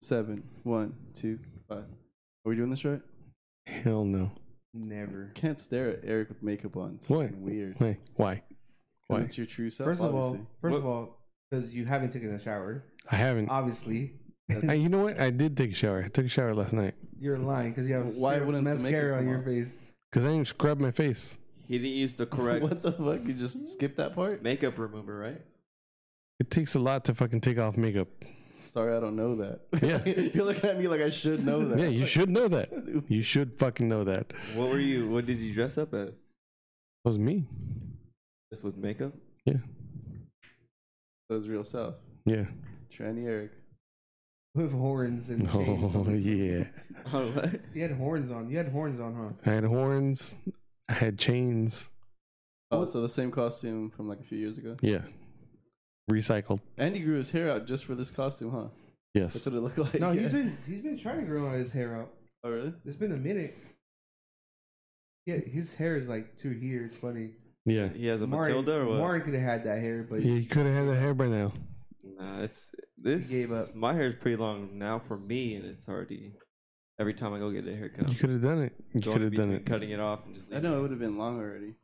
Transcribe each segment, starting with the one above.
seven, one, two, five. Are we doing this right? Hell no. Never. Can't stare at Eric with makeup on. It's Why? fucking weird. Why? Why? Why? That's your true self. First of all, obviously. first of all, because you haven't taken a shower, I Uh, haven't. obviously. Hey, you know what? I did take a shower. I took a shower last night You're lying because you have Why syrup wouldn't the makeup mascara on come your off? face. because I didn't scrub my face. He didn't use the correct what the fuck? You just skipped that part? makeup remover, right? It takes a lot to fucking take off makeup. Sorry, I don't know that. Yeah. You're looking at me like I should know that. Yeah, you should know that. Stupid. You should fucking know that. That What were you? What did you dress up as? was me. Just with makeup? That was real self. Yeah. Tranny Eric. With horns and chains. Oh yeah. Oh, what? You had horns on. You had horns on, huh? I had horns. I had chains. Oh, so the same costume from like a few years ago. Yeah. Recycled. Andy grew his hair out just for this costume, huh? That's Yes. what it looked like. No, he's Yeah. been he's been trying to grow his hair out. Oh, really? It's been a minute. Yeah, his hair is like two here. It's funny. Yeah. He has a Mari- Matilda or what? Mari could have had that hair, but Yeah, you could have had that hair by now. Nah, it's this. gave up. My hair is pretty long now for me, and it's already. Every time I go get a haircut, You I'm could have done it. You going could have done between it. Cutting it off and just. I Leaving. know it would have been long already.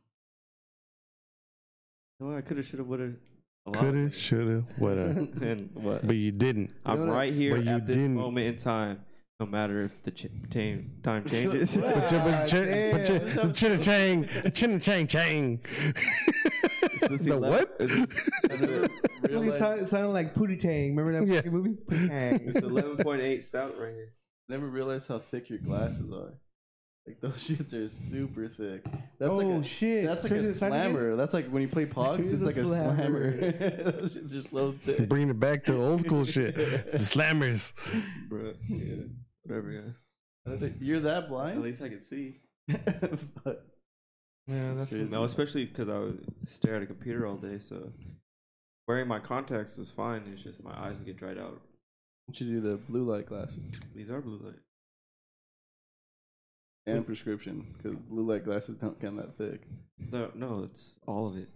Well, I could have, should have, would have. Could have, should have, whatever. And what? but you didn't. I'm know what I- right here But you at this didn't. moment in time. No matter if the ch- time time changes. But your- but your- but your- damn. Chinna chang, chinna chang chang. Does he The laugh? what? Is this- is it- Real Really life- sound, sounded like Pootie Tang. Remember that Yeah. fucking movie? Pootie Tang. It's 11.8 stout right here. Never realized how thick your glasses are. Like those shits are super thick. That's oh like a, shit! That's like Turn to a the side again. slammer. That's like when you play Here's Pogs, it's a like a slammer. slammer. Those shits are so thick. Bringing it back to old school shit. The slammers. Bro, yeah. Whatever, guys. You're that At blind? least I can see. Fuck. Yeah, That's that's crazy. No, especially because I would stare at a computer all day, so wearing my contacts was fine. It's just my eyes would get dried out. Why don't you do the blue light glasses These are blue light. and prescription? Because blue light glasses don't come that thick. No, no, it's all of it.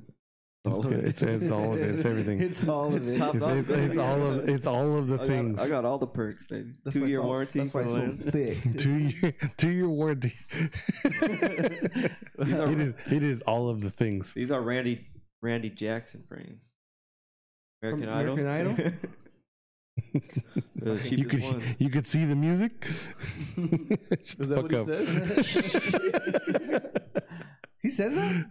All of it. It's, it's all of it. It's everything. It's, It's all of It's it. top it's, it's, all of it's all of the I things. Got, I got all the perks, baby. That's why Two it's year all- warranty. That's why for it's so life. thick. two year two year warranty. are- it is it is all of the things. These are Randy Randy Jackson frames. American From Idol. American the you cheapest could ones. you could see the music. Shut Is the that what fuck he up. says? He says that.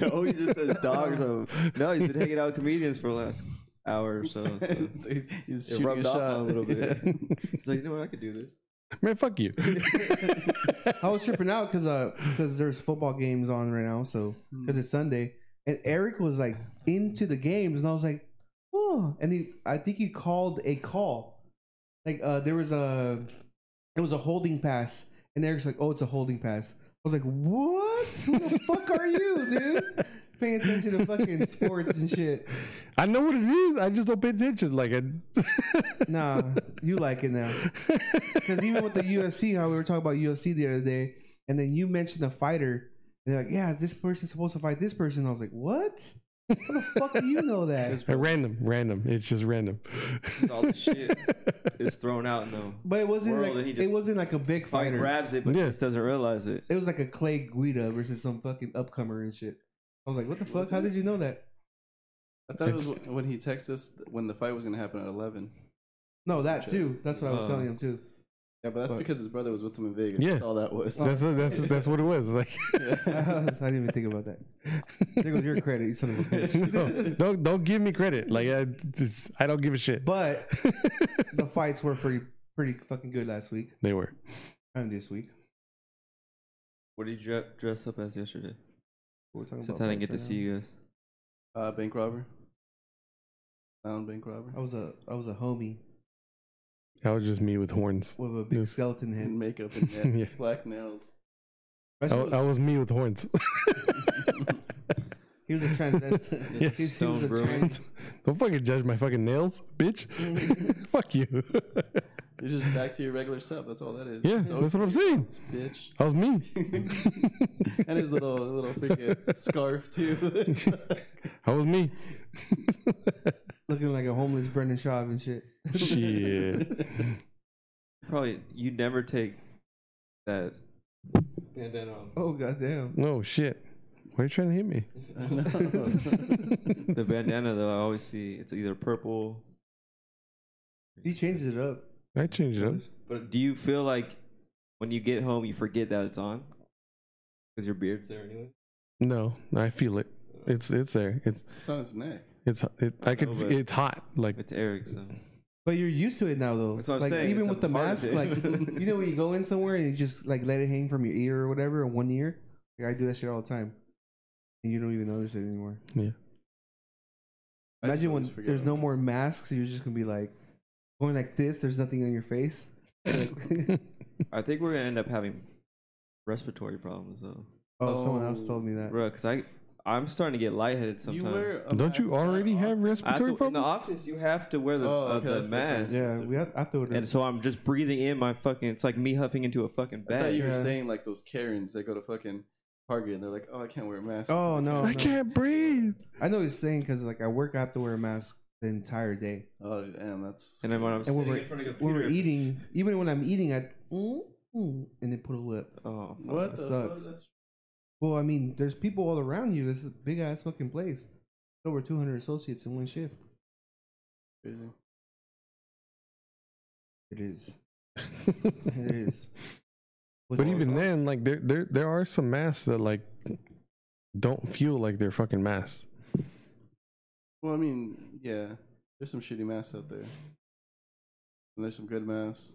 No, Oh, he just says dogs. So. No, he's been hanging out with comedians for the last hour or so. so. So he's he's It shooting a rubbed off shot a little bit. Yeah. It's like, you know what? I could do this. Man, fuck you. I was tripping out because because there's football games on right now, so because it's Sunday, and Eric was like into the games, and I was like, oh, and he, I think he called a call, like uh, there was a, it was a holding pass, and Eric's like, oh, it's a holding pass. I was like, what? Who the fuck are you, dude? Paying attention to fucking sports and shit. I know what it is. I just don't pay attention. Like I Nah, you like it now. Because even with the UFC, how we were talking about UFC the other day, and then you mentioned a fighter, and they're like, "Yeah, this person's supposed to fight this person." I was like, "What? How the fuck do you know that?" Uh, random, random. It's just random. It's all the shit is thrown out in the But it wasn't World, like and he just- it wasn't like a big fighter. fighter. Grabs it, but Yeah. just doesn't realize it. It was like a Clay Guida versus some fucking upcomer and shit. I was like, "What the fuck? How did you know that?" I thought it was wh- when he texted us th- when the fight was going to happen at 11. No, that too. That's what I was Oh. telling him too. Yeah, but that's But- because his brother was with him in Vegas. Yeah. That's all that was. That's that's that's what it was. Like I didn't even think about that. There goes your credit, you son of a bitch. no, don't don't give me credit. Like I just I don't give a shit. But the fights were pretty pretty fucking good last week they were. and this week. What did you dre- dress up as yesterday? We're talking Since about I didn't get to fights see right now. you guys. Uh, bank robber. Clown bank robber. Oh, I was a I was a homie That was just me with horns. with a big Yes. skeleton And head. makeup and net- Yeah. black nails. That I, shit was- I was me with horns. He was a transvestite. Yeah. He- he was Stone a Brewing. trans- Don't fucking judge my fucking nails, bitch. Fuck you. You're just back to your regular self. That's all that is. Yeah, So that's what I'm saying. it's bitch. That was me. and his little little freaking scarf too. That was me. looking like a homeless Brendan Schaub and shit. Shit. probably you never take that bandana off. Oh goddamn! No shit. Why are you trying to hit me? I know. The bandana though, I always see it's either purple. He changes it up. I changed it up. But do you feel like when you get home you forget that it's on? Because your beard's there anyway. No, I feel it. It's it's there. It's it's on his neck. it's it, I could. know, but- it's hot. Like It's Eric, so But you're used to it now, though. That's what I'm like, saying, Even it's a with the part of mask, it. like you know when you go in somewhere and you just like let it hang from your ear or whatever, or one ear. Like, I do that shit all the time, and you don't even notice it anymore. I just Imagine always when forget there's about no more this. masks, you're just gonna be like going like this. There's nothing on your face. Oh, I think we're gonna end up having respiratory problems though, Oh, someone Oh. else told me that. bro. Because I I'm starting to get lightheaded sometimes. You wear a don't you mask already on- have I have to- respiratory in the problems? office, you have to wear the, Oh, uh, okay, the that's different. mask. Yeah, we have, I thought And so I'm just breathing in my fucking. It's like me huffing into a fucking I thought bag. you were Yeah. saying like those Karens that go to fucking Target and they're like, oh, I can't wear a mask. Oh, because no, I no. can't breathe. I know what you're saying because like I work, I have to wear a mask the entire day. Oh, damn, that's. and then when I'm And sitting when we're, in front of the when we're computer, eating, even when I'm eating, I mm, mm, and then put a lip. Oh, fuck. What the fuck? sucks. That's- Well, I mean, there's people all around you. This is a big ass fucking place. Over 200 associates in one shift. Crazy. It is. It is. But even then, like there there there are some masks that like don't feel like they're fucking masks. Well, I mean, yeah, there's some shitty masks out there, and there's some good masks.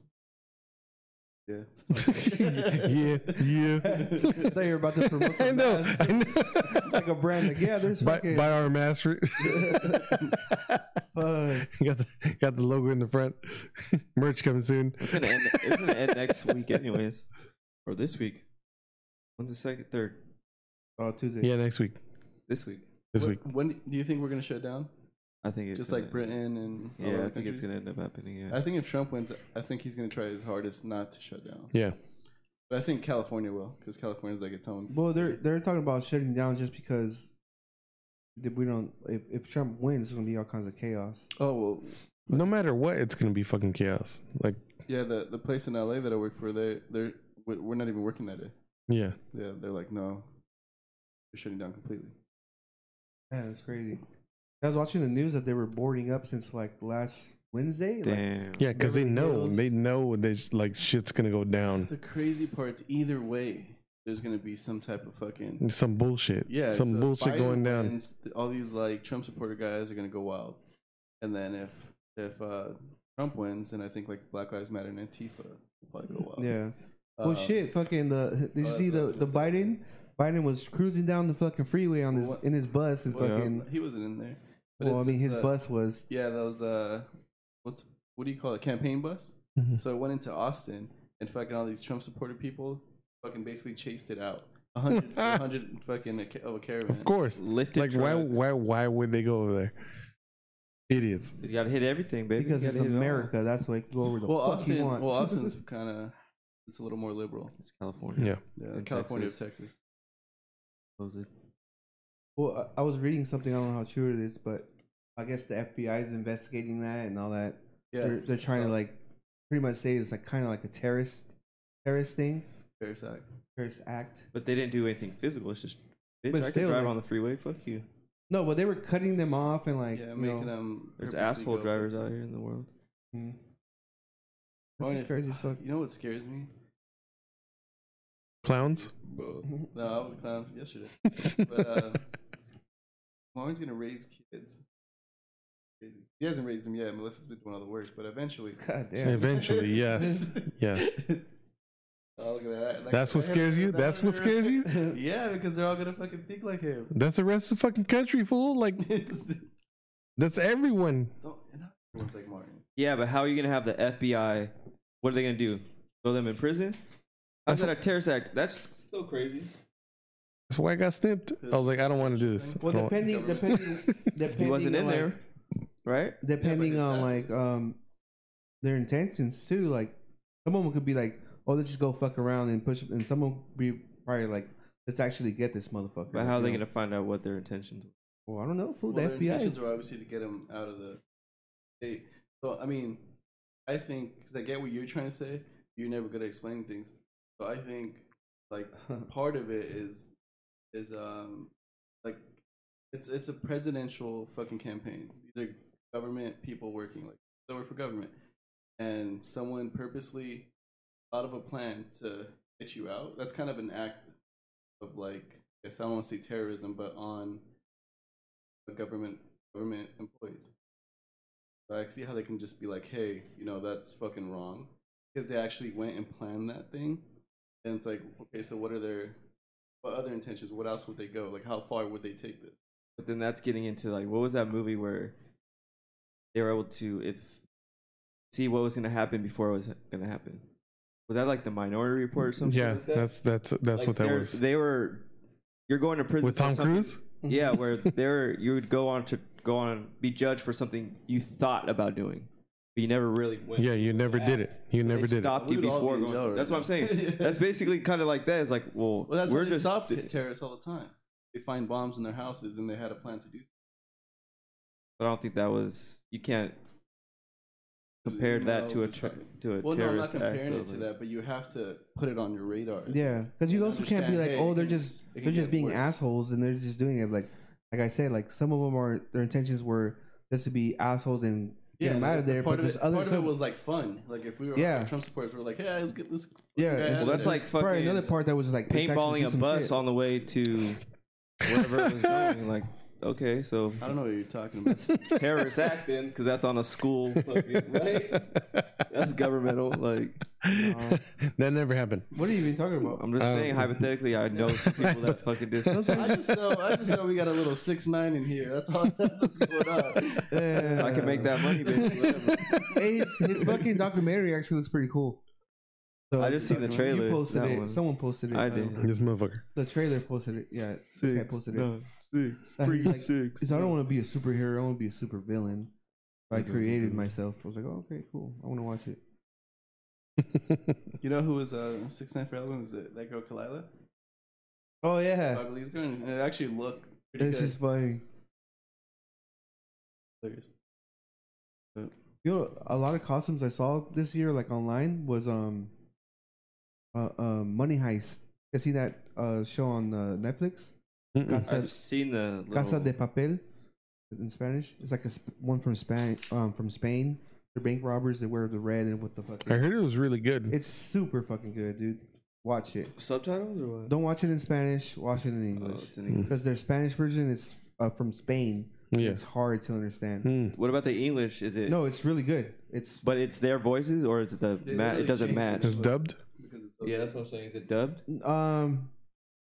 Yeah. yeah, I yeah. thought you were about to promote I some know. mask. I know. like a brand. Like, yeah, there's By, fucking. by our master, fuck. got the got the logo in the front. Merch coming soon. It's gonna end. It's gonna end next week, anyways, or this week. When's the second, third? Oh, Tuesday. Yeah, next week. This week, This Wh- week. When do you think we're gonna shut down? I think it's Just gonna- like Britain and all Yeah, I other think countries? it's gonna end up happening. I Yeah. think if Trump wins, I think he's gonna try his hardest not to shut down. Yeah. But I think California will, because California's like its own. Well, they're they're talking about shutting down just because if we don't. If, if Trump wins, it's gonna be all kinds of chaos. Oh well, No matter what, it's gonna be fucking chaos. Like, yeah. The the place in LA that I work for, they they're we- we're not even working that day. yeah, Yeah, they're like no, they're shutting down completely. Yeah, that's crazy. I was watching the news that they were boarding up since like last Wednesday. Like, Damn. yeah, because they know, Beverly Hills. they know they like shit's gonna go down. The crazy part's either way, there's gonna be some type of fucking Some bullshit. yeah, some so bullshit Biden going down. wins, th- all these like Trump supporter guys are gonna go wild, and then if if uh, Trump wins, then I think like Black Lives Matter and Antifa will probably go wild. yeah. Well, Um, shit, fucking the. Did you uh, see the that's the just- Biden? Biden was cruising down the fucking freeway on his What- in his bus and well, fucking. he wasn't in there. but Well, I it's- mean, it's, his uh, bus was. Yeah, those uh, what's what do you call it? Campaign bus. Mm-hmm. Mhm. So it went into Austin, and fucking all these Trump supporter people fucking basically chased it out. A hundred, a hundred fucking a ca- of a caravan. Of course. Lifted. Like, why, trucks. why, why would they go over there? Idiots. You gotta hit everything, baby. You Because gotta it's hit it all. America, that's why you can go over the Well, fuck you Austin, want. well, Austin's kind of it's a little more liberal. It's California. Yeah. Yeah, And California of Texas. Close it. well, I I was reading something. I don't know how true it is, but I guess the FBI is investigating that and all that. Yeah, they're, they're trying so, to like pretty much say it's like kind of like a terrorist, terrorist thing, Fair sack. terrorist act. But they didn't do anything physical. It's just. Bitch, But I can still, drive like- on the freeway. Fuck you. No, but they were cutting them off and like yeah, you making know, them. There's purposely asshole go drivers out places. here in the world. mm. Or This is if- crazy as fuck. You know what scares me? Clowns? No, I was a clown yesterday. But uh, Lauren's gonna raise kids. Crazy. He hasn't raised them yet. Melissa's been doing all the work, but eventually. God damn. Eventually, yes. Yes. Oh, look at that. Like, That's what man, scares you? that That's what was real- scares you? Yeah, because they're all gonna fucking think like him. That's the rest of the fucking country, fool. Like, Don't. that's everyone. and Everyone's like Martin. Yeah, but how are you gonna have the FBI? What are they gonna do? Throw them in prison? How's that a terrorist act? That's so crazy. That's why I got snipped. I was like, I don't want to do this. Well, I don't want- depending, depending, depending. He wasn't on, in like, there, right? Depending his on like actions. um their intentions too. Like some of them could be like, oh, let's just go fuck around and push, and some of them be probably like, let's actually get this motherfucker. But how are you they know? gonna find out what their intentions? were? Well, I don't know. Fool, Well, the their intentions FBI. were obviously to get him out of the state. So I mean, I think because I get what you're trying to say. You're never good at explaining things, so I think like part of it is is um like it's it's a presidential fucking campaign. These are government people working like they work for government, and someone purposely thought of a plan to get you out. That's kind of an act of like I guess I don't want to say terrorism, but on the government government employees. So I can see how they can just be like, hey, you know, that's fucking wrong, because they actually went and planned that thing, and it's like, okay, so what are their what other intentions? What else would they go? Like, how far would they take this? But then that's getting into like what was that movie where they were able to if see what was gonna happen before it was gonna happen. Was that like the Minority Report or something? yeah, that's that's that's what that was. They were you're going to prison With for Tom something- Cruise? Mm-hmm. Yeah, where they were you would go on to go on be judged for something you thought about doing, but you never really went. Yeah, you never did it. You They never did it. stopped you We would all be before in going. jail right that's what I'm now. saying. That's basically kind of like that. It's like, well, Well, that's we're where they just stopped it. terrorists all the time. They find bombs in their houses, and they had a plan to do. something. But I don't think that was. You can't compare What that else to a is tra- happening? to a Well, no, I'm not terrorist act. comparing it though, to like- that, but you have to put it on your radar. Yeah, because you I also can't be understand, like, hey, oh, it they're can- just it can they're just get being worse. assholes and they're just doing it. Like, like I said, like some of them are their intentions were just to be assholes and get them and out the- of there. the Part But of there's it, other part of it some- was like fun. Like if we were Yeah. like, Trump supporters, were like, "Hey, let's get this." yeah, guy it's- out of Well, that's there." like probably fucking another part that was like let's actually do paintballing a some bus shit. on the way to wherever it was going. Like, okay, so I don't know what you're talking about. that's terrorist acting because that's on a school, fucking, right? That's governmental. Like, that never happened. What are you even talking about? I'm just Um, saying hypothetically, I know some people that fucking do. Sometimes I just know. I just know we got a little six nine in here. That's all. That's what's going on. I can make that money, bitch. Whatever. Hey, his, his fucking documentary actually looks pretty cool. So I just seen the You trailer, posted that it. one. Someone posted it. I don't did. know. This motherfucker. The trailer posted it. Yeah, this guy posted it. six, Uh, he's like- six. Because I don't want to be a superhero. I want to be a super villain. I Okay. created myself. I was like, oh, okay, cool. I want to watch it. You know who was uh six nine for Alabama? Was it that girl Kalila? Oh yeah, Bagley's girl, and it actually looked pretty this good. is funny. Hilarious. You know, a lot of costumes I saw this year, like online, was um, uh, uh Money Heist. You see that uh show on uh, Netflix, Mm-mm. I've seen the Casa little- de Papel, in Spanish. It's like a sp- one from Spain. Um, from Spain, the bank robbers. They wear the red and what the fuck. I heard it was really good. It's super fucking good, dude. Watch it. subtitles or what? Don't watch it in Spanish. Watch it in Oh, English. it's in English. because their Spanish version is uh, from Spain. Yeah. It's hard to understand. Mm. What about the English? Is it? Mm-hmm. No, it's really good. It's But it's their voices, or is it the They ma- literally It doesn't changed match. it. It's dubbed. Because it's so Yeah, good. that's what I'm saying. Is it dubbed? um,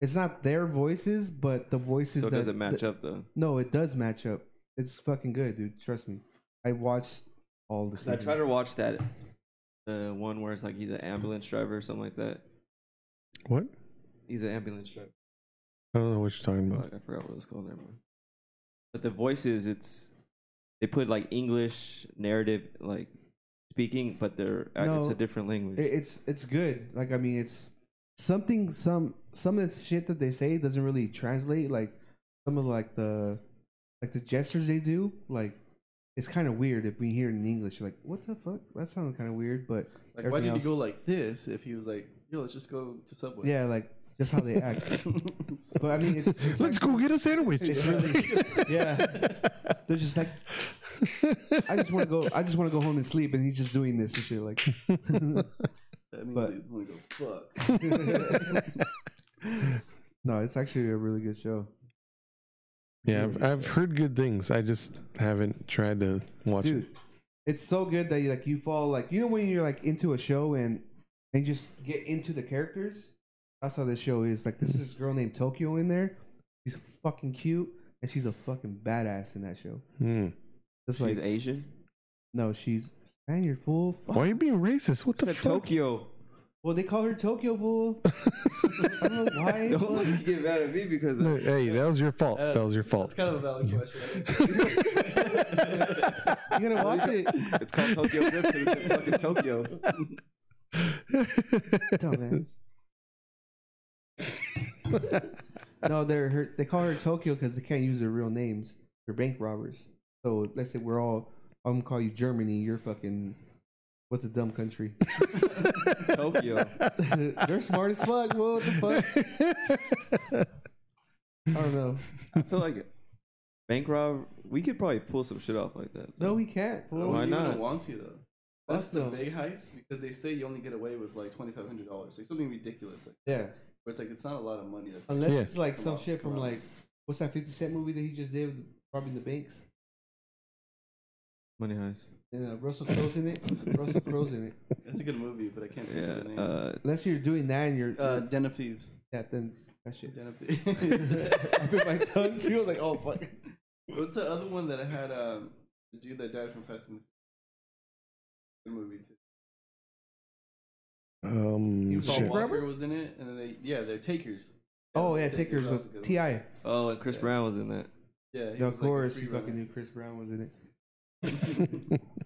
it's not their voices, but the voices. So it that, doesn't match that- up though. No, it does match up. It's fucking good, dude. Trust me. I watched all the. 'Cause I season. tried to watch that, the one where it's like he's an ambulance driver or something like that. What? He's an ambulance driver. I don't know what you're talking about. Fuck, I forgot what it was called. Never mind. But the voices, it's they put like English narrative, like speaking, but they're uh, it's No. a different language. It- it's it's good. Like I mean, it's something. Some some of the shit that they say doesn't really translate. Like some of like the like the gestures they do. Like it's kind of weird if we hear it in English. You're like, what the fuck? That sounded kind of weird, but Like, why did he everything go like this if he was like, yo, let's just go to Subway? yeah, like just how they act. but I mean, it's, it's Let's like, go get a sandwich. It's really yeah. They're just like, I just want to go. I just want to go home and sleep, and he's just doing this and shit. Like, That means But- they want to go, fuck. no, it's actually a really good show. yeah, I've, I've heard good things. I just haven't tried to watch dude it. it's so good that you like you fall like you know when you're like into a show and and just get into the characters that's how this show is like this is this girl named tokyo in there she's fucking cute and she's a fucking badass in that show Mm. that's She's like Asian. no she's spaniard fool Fuck. Why are you being racist? What It's the at fuck? Tokyo. well they call her tokyo fool i don't know why Don't look, you get mad at me because uh, No, Hey, that was your fault. Uh, That was your fault. That's kind of a valid question. you gotta watch it it's called Tokyo Drift. 'cause It's in fucking Tokyo. Dumbass. no, they're her, they call her Tokyo because they can't use their real names. They're bank robbers. So let's say we're all I'm gonna call you Germany. You're fucking What's a dumb country? Tokyo. They're smart as fuck. Well, what the fuck? I don't know. I feel like bank rob. We could probably pull some shit off like that. No, we can't. Well, Why Why not? not? want to though. That's Fuck the them. big heist because they say you only get away with like twenty five hundred dollars, like something ridiculous. Like, Yeah. but it's like it's not a lot of money. Like, Unless Yeah. it's like Come some on, shit come from on. like what's that Fifty Cent movie that he just did, with robbing the banks. Money heist. And uh, Russell Crowe's in it. Russell Crowe's in it. that's a good movie, but I can't remember the name. Yeah. Uh, Uh, Unless you're doing that and you're uh, Den of Thieves. yeah, then that shit. Den of Thieves. I bit my tongue too. I was like, oh fuck. What's the other one that I had? Um, the dude that died from Fast and the movie too. um, Paul shit. Walker was in it, and then they yeah they're takers. Oh yeah, Takers that was a with good Ti. one. oh, and Chris Yeah. Brown was in that. Yeah, he Yeah, was, like, of a course, free you fucking runner. knew Chris Brown was in it.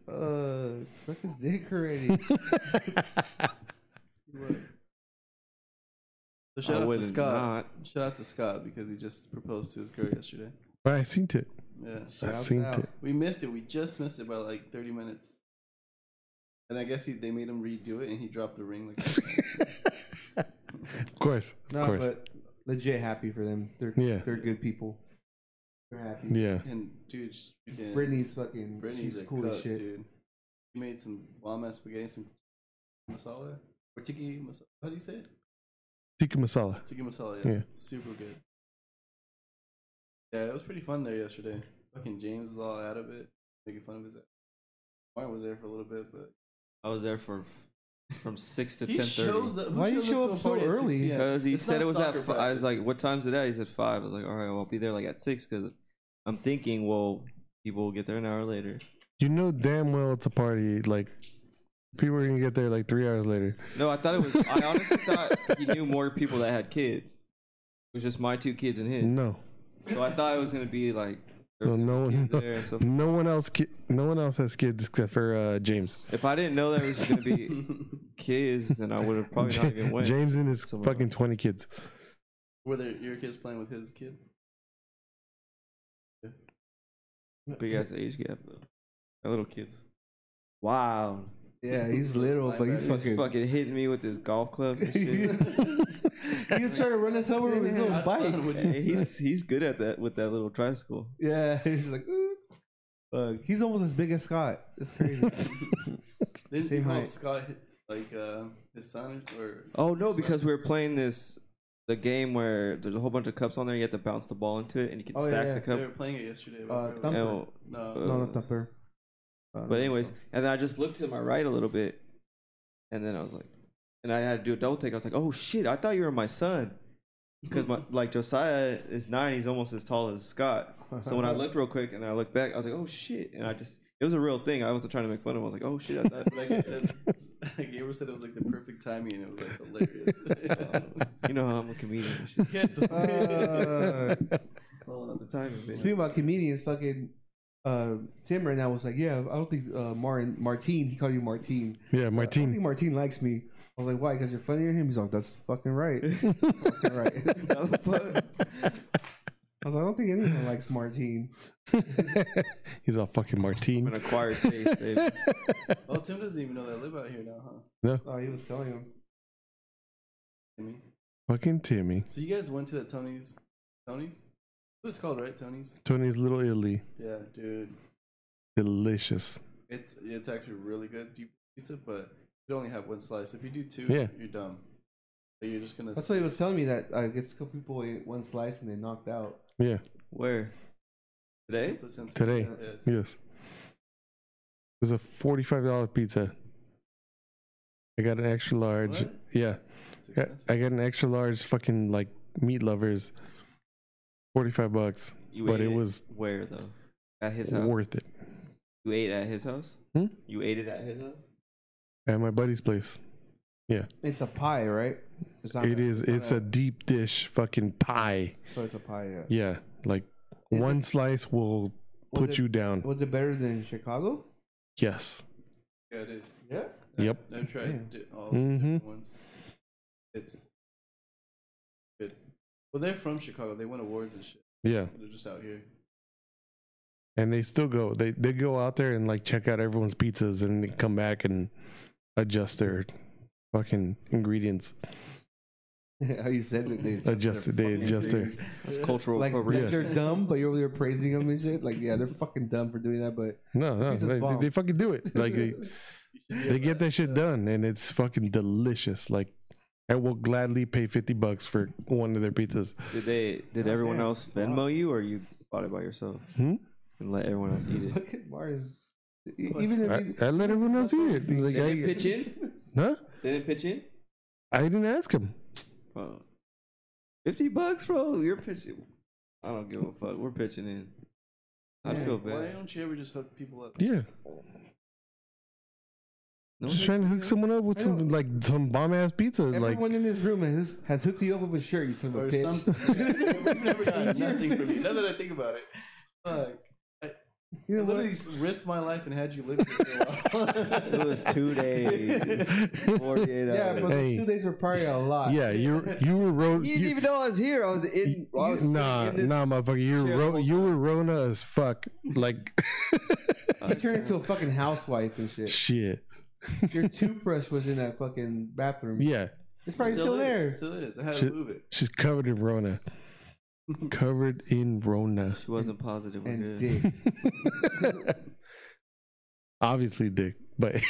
Uh, suck his dick already. So shout I out would to Scott. Not. Shout out to Scott because he just proposed to his girl yesterday. I seen it. Yeah, I Shouts seen out. it. we missed it. We just missed it by like thirty minutes. And I guess he, they made him redo it, and he dropped the ring. Like, Of course. Of No, course. but legit happy for them. They're Yeah. they're good people. They're happy. yeah. and dude, she- freaking- Brittany's fucking. Brittany's she's a cool cool as shit. dude. She made some bomb ass spaghetti, some masala, or tiki masala. How do you say it? Tikka masala. Tiki masala. Yeah, Yeah. super good. Yeah, it was pretty fun there yesterday. Fucking James was all out of it, making fun of his. ass. Martin was there for a little bit, but I was there for from six to he ten thirty. shows up. Why who you shows show to up a so party at 6 early? p.m.? Because he It's said not it was at. soccer F- I was practice. like, "What time's it at?" He said five. I was like, "All right, well, I'll be there like at six because I'm thinking, well, people will get there an hour later. You know damn well it's a party. Like people are gonna get there like three hours later. No, I thought it was. I honestly thought he knew more people that had kids. It was just my two kids and his. No, So I thought it was gonna be like there No, was no kids one- there and stuff. no one else. Ki- no one else has kids except for uh, James. If I didn't know there was gonna be kids, then I would have probably not even went. James and his Someone fucking twenty kids. Were there your kids playing with his kid? Big ass age gap though. They're little kids. Wow. Yeah, he's little, but he's He's fucking. fucking hitting me with his golf club and shit. he was trying to run us over with his little Outside bike. with Hey, his- he's he's good at that with that little tricycle. Yeah, he's like, "Ooh." Fuck, he's almost as big as Scott. It's crazy. Didn't Same you call height. Scott hi- like uh, his son or Oh no, Sorry. because we were playing this the game where there's a whole bunch of cups on there. You have to bounce the ball into it, and you can Oh, yeah, stack yeah. the they cup. were playing it yesterday? but Uh, I forgot Thumper. what it was. And- no, no, not Thumper. Uh, but anyways, and then I just looked to my right a little bit, and then I was like, and I had to do a double take. I was like, oh shit, I thought you were my son, because my like Josiah is nine. He's almost as tall as Scott. So Uh-huh. when I looked real quick, and then I looked back, I was like, oh shit, and I just it was a real thing. I wasn't trying to make fun of him. I was like, oh shit, I thought. like, uh, like Gabriel said, it was like the perfect timing, and it was like Um, hilarious. You know how I'm a comedian. and shit. Get the- Uh, It's all about the timing, man. Speaking about comedians, fucking uh, Tim right now was like, "Yeah, I don't think uh, Martin Martine. He called you Yeah, Martine. I don't think Martine. Martine likes me." I was like, "Why? Because you're funnier than him." He's like, "That's fucking right." Fucking right. I How the fuck? was like, "I don't think anyone likes Martine." He's all fucking I'm Martine. an acquired taste, babe. oh, Tim doesn't even know that I live out here now, huh? Oh, he was telling him. Timmy. Fucking Timmy. So you guys went to that Tony's? Tony's? That's what it's called, right? Tony's. Tony's Little Italy. Yeah, dude. Delicious. It's it's actually really good deep pizza, but you only have one slice. If you do two, Yeah. you're dumb. Like, you're just gonna. That's what he was telling me. That I guess a couple people ate one slice and they knocked out. Yeah. Where? Today? Template sense- Today. Yeah, it's- Yes. It was a forty-five dollar pizza. I got an extra large. What? Yeah, it's I- expensive. I got an extra large. Fucking like meat lovers. Forty-five bucks, You but ate it was where though? At his house. worth it. You ate at his house? Hmm? You ate it at his house? At my buddy's place, It's a pie, right? It's not it is. It's a not deep dish fucking pie. So it's a pie. Yeah. Yeah, like Is one it- slice will was put it- you down. Was it better than Chicago? Yes. Yeah, it is. Yeah. I- Yep. I've tried di- all the Mhm. different ones. It's good. Well, they're from Chicago. They won awards and shit. Yeah. They're just out here. and they still go. They they go out there and like check out everyone's pizzas, and they come back and adjust their fucking ingredients. How you said that they Adjust it. They fucking adjust their. things. That's cultural like, like appropriation. they're dumb, but you're over there praising them and shit. Like yeah, they're fucking dumb for doing that, but No, no, Pizza's they, they, bomb. they fucking do it. Like they, they get that shit done, and it's fucking delicious. Like I will gladly pay fifty bucks for one of their pizzas. Did they? Did Oh, everyone damn, else that's a lot. Venmo you, or you bought it by yourself Hmm? and let everyone else eat it? Look at Martin. E- Even I, if I let everyone else eat it. Like, They didn't I, pitch in. huh? They didn't pitch in. I didn't ask him. Bro. Fifty bucks, bro. You're pitching. I don't give a fuck. We're pitching in. I Yeah, feel Why bad. don't you ever just hook people up? Yeah, No just one trying to hook hits you someone up with I some don't- like some bomb ass pizza. Like everyone in this room has, has hooked you up with a shirt, you son of a Or bitch. something. You've never gotten nothing from me. Now that I think about it, fuck. You I know what? literally risked my life and had you live here so long. up. it was two days, forty-eight Yeah, hours. but Hey. those two days were probably a lot. yeah, you you were ro- you didn't you- even know I was here. I was in. I was sitting nah, in this- nah, motherfucker. You were chair ro- all you were Rona as fuck. Like Oh, You turned into a fucking housewife and shit. shit. Your toothbrush was in that fucking bathroom. Yeah, It's probably still, is, there. Still is. I had to Shit. move it. she's covered in Rona. covered in Rona. She wasn't positive. We're and good. dick. Obviously, dick. But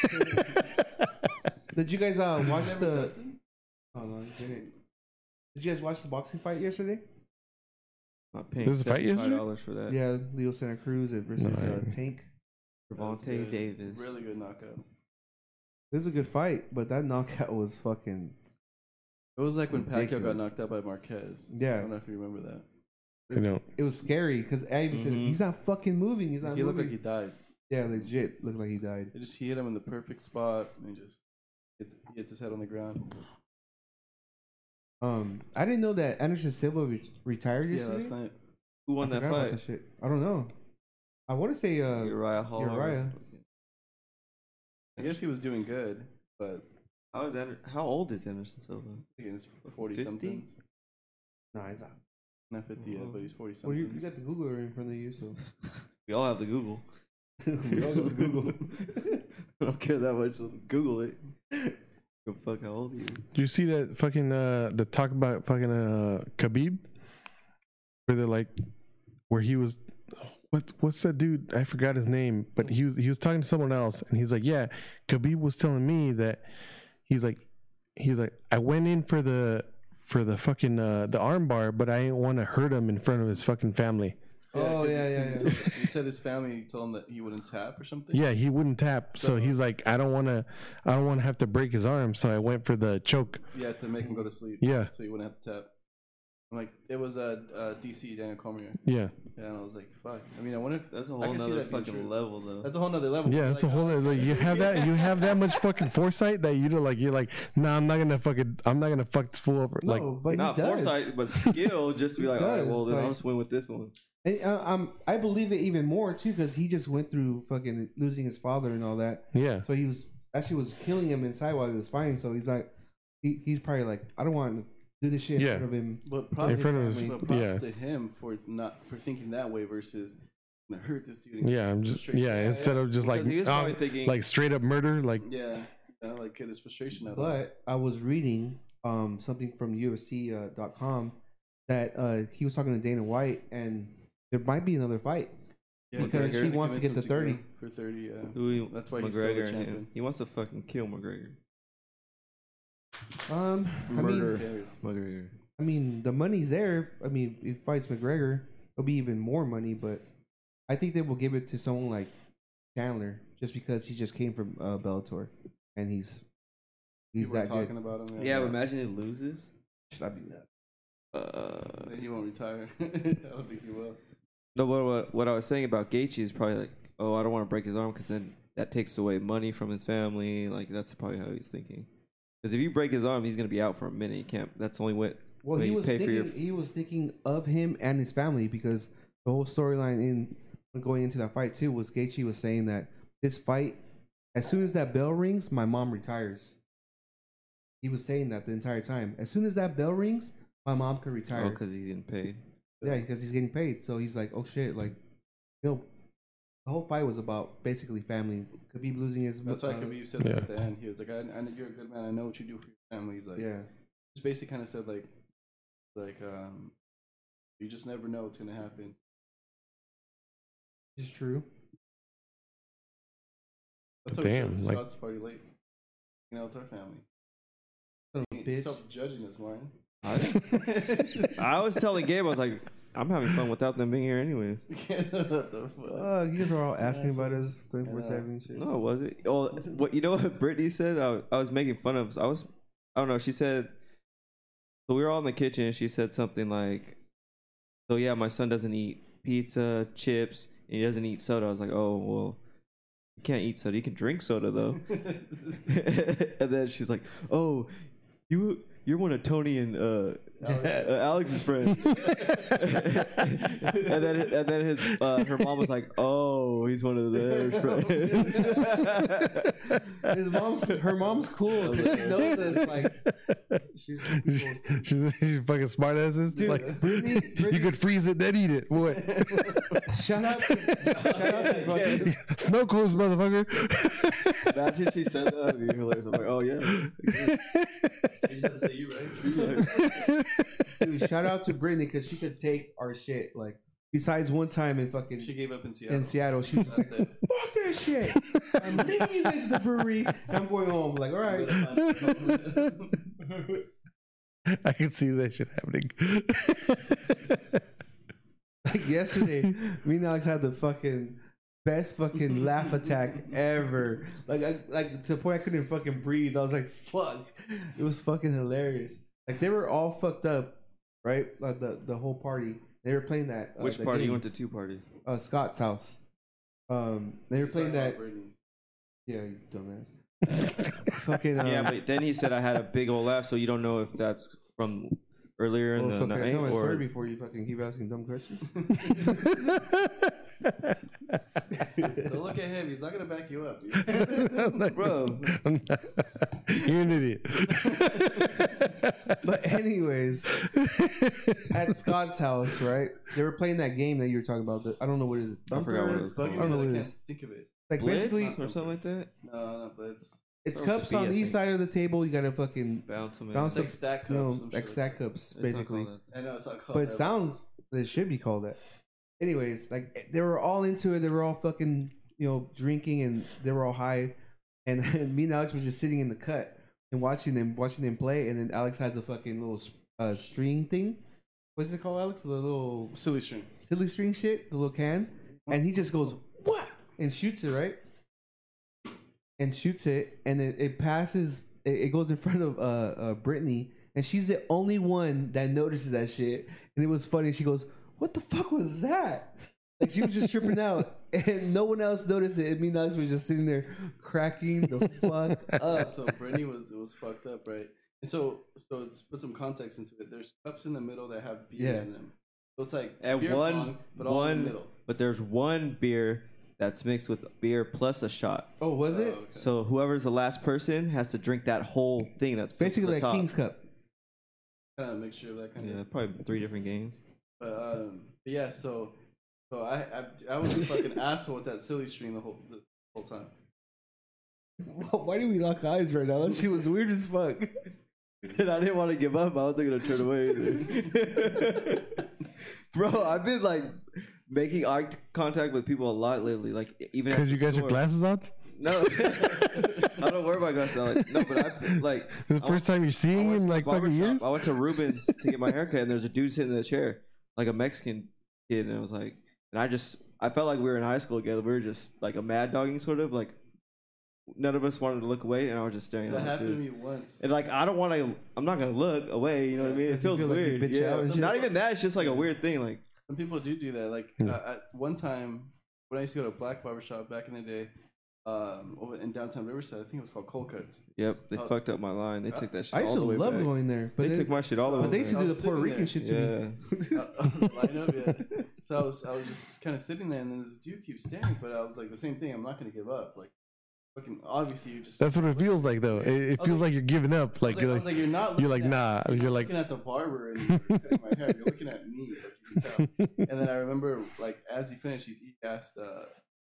Did you guys uh, You watch never the? tested? Oh, no, you didn't. Did you guys watch the boxing fight yesterday? I paid This is a fight yesterday? seventy-five dollars for that. Yeah, Leo Santa Cruz versus No, I uh, haven't. Tank. That was Gervonta good. Davis. Really good knockout. It was a good fight, but that knockout was fucking. It was like when Pacquiao got Ridiculous. knocked out by Marquez. I Yeah, don't know if you remember that. you know, it was scary because I even said Mhm. he's not fucking moving. He's not Mm-hmm. he looked moving. like he died. yeah, legit looked like he died. It just he hit him in the perfect spot and he just gets, gets his head on the ground. Um, I didn't know that Anderson Silva re- retired Yeah, yesterday. last night. Who I won that forgot about fight? that shit. I don't know. I want to say uh, Uriah Hall. Uriah. I guess he was doing good, but How is Ander- How old is Anderson Silva? against forty 50? something. no, he's not. Not fifty yet, but he's forty Well, you, you something. got the Googler in front of you, so We all have the Google. We all got Google. I don't care that much. so Google it. Go fuck how old he is. do you see that fucking uh the talk about fucking uh Khabib, where they're like, where he was. What, what's that dude? I forgot his name, but he was he was talking to someone else, and he's like, "Yeah, Khabib was telling me that he's like, he's like, I went in for the for the fucking uh, the armbar, but I didn't want to hurt him in front of his fucking family. Oh, 'cause- 'cause yeah, yeah, He, told- he said his family told him that he wouldn't tap or something. Yeah, he wouldn't tap. So, So- he's like, I don't want to, I don't want to have to break his arm. So I went for the choke. Yeah, to make him go to sleep. Yeah. So he wouldn't have to tap. I'm like, it was a uh, uh, DC Daniel Cormier, Yeah, and I was like, fuck. I mean, I wonder if That's a I whole can see nother that being true. fucking level, though. that's a whole nother level. yeah. Like, That's a whole. oh, Like you have that, you have that much fucking foresight that you do like, you're like, nah, I'm not gonna fucking, I'm not gonna fuck this fool up. no, Like, but Not he does. foresight, but skill. Just to be He like, all right, does, well, then I'll like- just win with this one. And, uh, um, I believe it even more too because he just went through fucking losing his father and all that. yeah, So he was actually was killing him inside while he was fighting. So he's like, he, he's probably like, I don't want to do this shit Yeah. in front of him. But props, front of his- but props yeah. to him for not for thinking that way versus I'm gonna hurt this dude. and get yeah. I'm his just, frustration yeah. out." Instead of just like, Because he was oh, um, probably thinking, like straight up murder. Like, yeah, yeah, like get his frustration out. of him. But I was reading um something from UFC.com uh, dot com that uh he was talking to Dana White and there might be another fight. yeah, because McGregor he wants to convinced get him to go for 30. thirty. Yeah, who he- That's why he's still the and him. champion. He wants to fucking kill McGregor. Um, I Who mean, cares? McGregor. I mean, the money's there. I mean, if he fights McGregor, it'll be even more money. But I think they will give it to someone like Chandler just because he just came from uh, Bellator and he's he's People are that good. talking about him. Yeah, but imagine he loses. That'd be nuts. Uh, he won't retire. I don't think he will. No, but what, what I was saying about Gaethje is probably like, oh, I don't want to break his arm because then that takes away money from his family. Like that's probably how he's thinking. Because if you break his arm, he's gonna be out for a minute. You can't. That's the only way. Well, way he you was pay thinking for your- he was thinking of him and his family because the whole storyline in going into that fight too was Gaethje was saying that this fight, as soon as that bell rings, my mom retires. He was saying that the entire time. As soon as that bell rings, my mom could retire. because he's Oh, getting paid. Yeah, because he's getting paid. So he's like, oh shit, like, you know, the whole fight was about basically family. Khabib losing his. That's why uh, Khabib said that yeah. at the end. He was like, I, I, know "You're a good man. I know what you do for your family." He's like, uh, Yeah, just basically kind of said like, like um, you just never know what's gonna happen. it's true. That's why we Damn, started like- Scott's party late. You know, with our family. Son of a bitch. Stop judging us, Martin. I was telling Gabe, I was like, I'm having fun without them being here, anyways. what the fuck? Uh, you guys are all asking Yeah, so- about us twenty four seven shit. No, it wasn't. Oh, what you know what Brittany said? I, I was making fun of. I was, I don't know. She said, so we were all in the kitchen. and She said something like, "So yeah, my son doesn't eat pizza, chips, and he doesn't eat soda." I was like, "Oh well, you can't eat soda. You can drink soda though." and then she's like, "Oh, you you're one of Tony and uh, uh, Alex's friends." and then and then his uh, her mom was like, "Oh, he's one of their friends." His mom's her mom's cool. She knows us. Like she's, she's cool. she's, she's fucking smart asses. Dude, like Brittany- you Brittany- could freeze it, then eat it. What? Shout out to, shout out to fucking- Snow cones, motherfucker. Imagine she said that. It'd be hilarious. I'm like, "Oh yeah." He doesn't say you right. dude, shout out to Brittany because she could take our shit. Like besides one time in fucking She gave up in Seattle. in Seattle, she was just like, That's it. "Fuck that shit! I'm leaving you guys at the brewery. and I'm going home." Like, all right, I can see that shit happening. like yesterday, me and Alex had the fucking best fucking laugh attack ever. Like, I, like to the point I couldn't fucking breathe. I was like, "Fuck!" It was fucking hilarious. Like they were all fucked up, right? Like the the whole party. They were playing that. Which that party? game, You went to two parties. Uh, Scott's house. Um, they were playing that. Yeah, you dumbass. fucking um, Yeah, but then he said I had a big old laugh, so you don't know if that's from earlier in Well, the so can I night tell my story or before you fucking keep asking dumb questions? Don't look at him. He's not gonna back you up, dude. I'm like, bro. I'm not- You're an idiot. but anyways, at Scott's house, right? They were playing that game that you were talking about. The, I don't know what it is. I forgot what it Thumper? was It's bugging called. me. I don't know that I what it can't is. think of it. Like basically, Blitz or something like that. No, no, but it's, it's cups Starts with B, I on each think. side of the table. You gotta fucking Bounce them. in. it's Bounce So- like stack cups. you know, I'm like sure. stack cups, It's not basically. called I know it's not called. But it that, sounds it should be called that. Anyways, like they were all into it. They were all fucking you know drinking and they were all high. And, then me and Alex were just sitting in the cut and watching them watching them play. And then Alex has a fucking little uh, string thing. What's it called, Alex? The little that. silly string. silly string shit, the little can, and he just goes what and shoots it right, and shoots it, and it, it passes. It, it goes in front of uh, uh Brittany, and she's the only one that notices that shit, and it was funny. She goes, "What the fuck was that?" Like she was just tripping out, and no one else noticed it. And me and Alex was just sitting there cracking the fuck Uh, Oh. up. so Brittany was was fucked up, right? And so so it's put some context into it. There's cups in the middle that have beer Yeah. in them. So it's like At beer one, pong, but all in the one, middle. but there's one beer that's mixed with beer plus a shot. Oh, was it? Oh, okay. So whoever's the last person has to drink that whole thing. That's filled to Basically, the like top. King's Cup. kind of a mixture of that kind Yeah, of. probably three different games. But um, but yeah. So so I I, I was a fucking asshole with that silly string the whole the whole time. Why do we lock eyes right now? That shit was weird as fuck. And I didn't want to give up. I wasn't gonna turn away. either. Bro, I've been like making eye contact with people a lot lately. Like e-, even at Because you the got your store. glasses on? No, I don't wear my glasses. I Like, no, but I like This is the I first time you're went- I seeing went in to the like fucking barber shop. years? I went to Rubens to get my haircut, and there's a dude sitting in the chair, like a Mexican kid, and I was like, and I just I felt like we were in high school together. We were just like a mad dogging sort of like none of us wanted to look away, and I was just staring That at happened him. to me once. And like I don't want to. I'm not gonna look away. You know what I Yeah, mean? It you feels feel like you weird. bitch yeah. out and It's shit. Not even that. It's just like a weird thing. Like Some people do do that. Like Hmm. uh, at one time when I used to go to a black barbershop back in the day, um, over in downtown Riverside, I think it was called Cold Cuts. yep, they Oh. fucked up my line. They took that shit I all used to the way love back. going there, but they then- took my shit all the So- way. But they used to I do back. the was Puerto sitting Rican there. shit to me. Yeah. I know, yeah. So I was, I was just kind of sitting there, and then this dude keeps staring. But I was like, the same thing. I'm not gonna give up. Like, fucking obviously, you just. That's what it feels like, though. It, it was feels like- like you're giving I up. was Like, like, I you're was like, like, you're not. you're like looking at- nah. You're like, looking at the barber and you're cutting my hair. You're looking at me, like you can tell. And then I remember, like as he finished, he, he asked uh,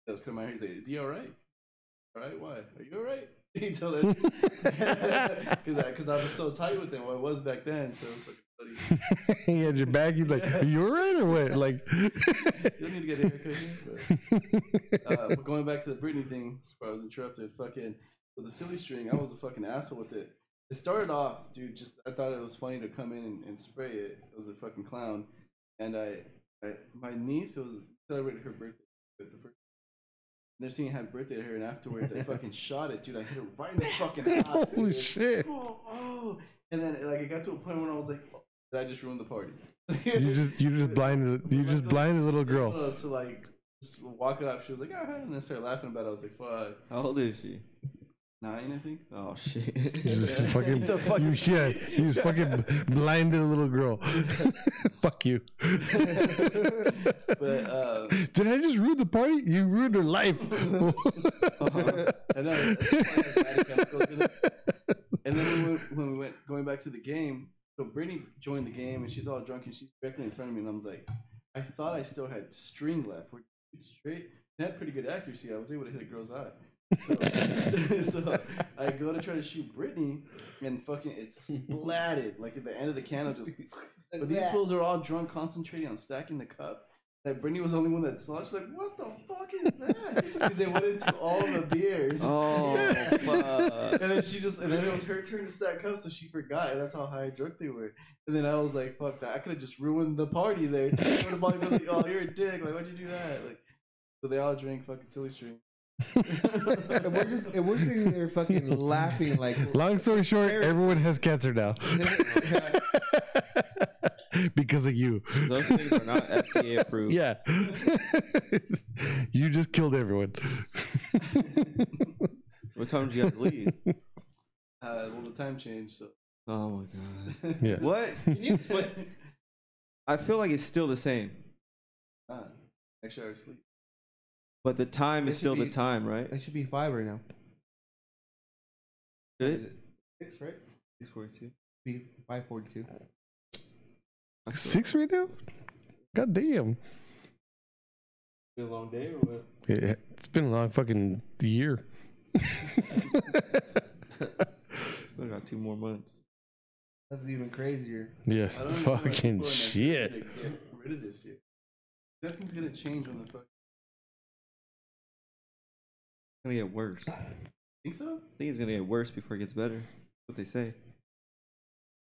That's cut my hair. He's like, "Is he all right? All right? Why? Are you all right?" He told it because I, 'cause I was so tight with him. Well, I was back then, so it was fucking funny. he had your back. He's like, Yeah. "Are you alright or what?" Like, You don't need to get a haircut here. But. uh, but going back to the Britney thing, where I was interrupted, fucking with the silly string, I was a fucking asshole with it. It started off, dude. Just I thought it was funny to come in and, and spray it. It was a fucking clown, and I, I my niece it was celebrated her birthday. With the first, they're seeing happy birthday to her, and afterwards I fucking shot it, dude. I hit her right in the fucking eye. holy dude. shit! Oh, oh, and then like it got to a point when I was like, oh, did I just ruin the party? You just you just blinded you just blinded a little girl. Oh, So like, just walk it up. She was like, ah, and then started laughing about it. I was like, fuck, How old is she? nine, I think. Oh shit! You just fucking, It's a fucking- you, yeah, you just fucking blinded a little girl. Fuck you. But uh, Did I just ruin the party? You ruined her life. I know. that's why I was mad at Costco today. and then we went, when we went going back to the game, so Brittany joined the game and she's all drunk and she's directly in front of me and I'm like, I thought I still had string left. We're straight. And had pretty good accuracy. I was able to hit a girl's eye. So, so I go to try to shoot Brittany and fucking it splatted like at the end of the candle just. But these fools are all drunk, concentrating on stacking the cup. That Brittany was the only one that saw. it. She's like, "What the fuck is that?" Because they went into all the beers. oh fuck! And then she just, and then it was her turn to stack cups, so she forgot, and that's how high drunk they were. And then I was like, "Fuck that! I could have just ruined the party there." I would have probably been like, "Oh, you're a dick! Like, why'd you do that?" Like, so they all drank fucking silly string. and we're just and we're sitting there fucking laughing like Long story short, everyone has cancer now because of you. Those things are not FDA approved. Yeah, you just killed everyone. What time did you have to leave? Uh, well, the time changed, so Oh my god! Yeah. What? Can you explain? I feel like it's still the same, ah, actually, I was asleep. but the time It is should still the be- time, right? it should be five right now. Should it? Six, right? Six forty-two. Be five forty two. Six right now? God damn! Been a long day or what? Yeah, it's been a long fucking year. Still got two more months. That's even crazier. yeah, I don't understand why fucking people are in that position shit. to Get rid of this shit. Nothing's gonna change on the fuck. It's gonna get worse. I Think so? think it's gonna get worse before it gets better. That's what they say.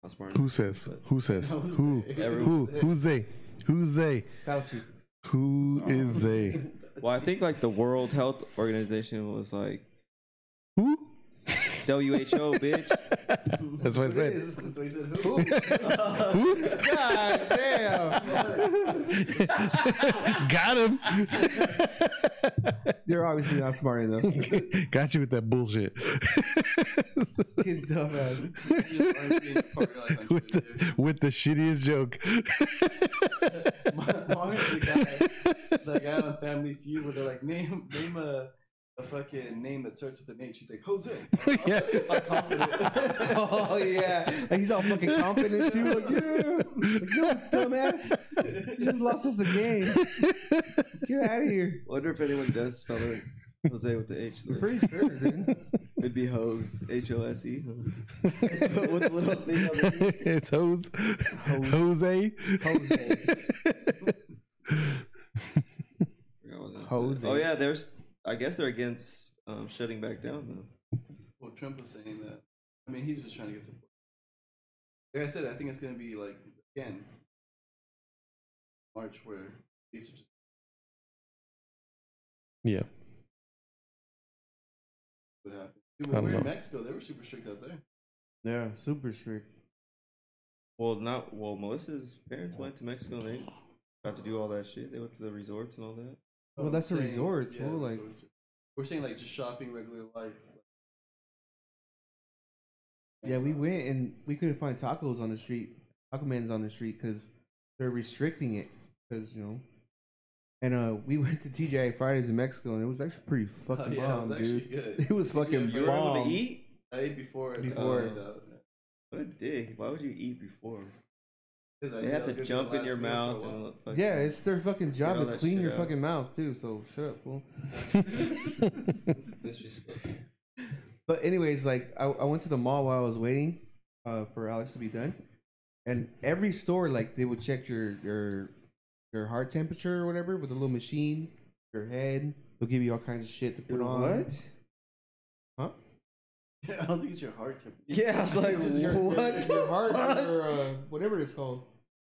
Not smart. Who says? Who says? No, Who? it's- Who? Who's they? Who's they? Fauci. Who is they? Well, I think like the World Health Organization was like Who? WHO, bitch. That's what I said. That's why you said who? Who? God damn. Got They're obviously not smart enough. him. Got you with that bullshit. Fucking dumbass. Just aren't being part of your life on with Twitter. the, with the shittiest joke. Marvin's the guy, the guy on Family Feud where they're like, name, name a, a fucking name that starts with an H. He's like, Jose. yeah. I'm confident. Oh yeah. Like, he's all fucking confident too. Like, yeah. Like, no, dumbass. You just lost us the game. Get out of here. Wonder if anyone does spell it Jose with the H. I'm pretty sure, dude. It'd be hose. H O S E. With a little thing on the it's Hose. Jose. Jose. Jose. Oh yeah, there's. I guess they're against um, shutting back down though. well, Trump was saying that. I mean, he's just trying to get support. Like I said, I think it's going to be like, again, March where these are just. Yeah. What happened? Dude, when I don't we were in know. Mexico, they were super strict out there. Yeah, super strict. Well, not well. Melissa's parents went to Mexico. and They got to do all that shit. They went to the resorts and all that. Well, I'm that's the saying- resorts, well, like- resorts. we're saying like just shopping, regular life. Yeah, we went and we couldn't find tacos on the street. Taco man's on the street because they're restricting it. Because you know, and uh, we went to TGI Fridays in Mexico and it was actually pretty Oh, fucking yeah, it was bomb, actually dude. good. It was fucking You were able to bomb. eat? I ate before. Before. Before. What a dick! Why would you eat before? 'Cause I They knew have that was to gonna be the jump in last your meal for a mouth while. and look fucking- Yeah, it's their fucking job all to that clean shit your out. fucking mouth too. So shut up, fool. But anyways, like I, I went to the mall while I was waiting uh, for Alex to be done, and every store like they would check your your your heart temperature or whatever with a little machine, your head. They'll give you all kinds of shit to put on. What? I don't think it's your heart temperature. Yeah, I was like, This is your- what? Your heart What? or uh, whatever it's called.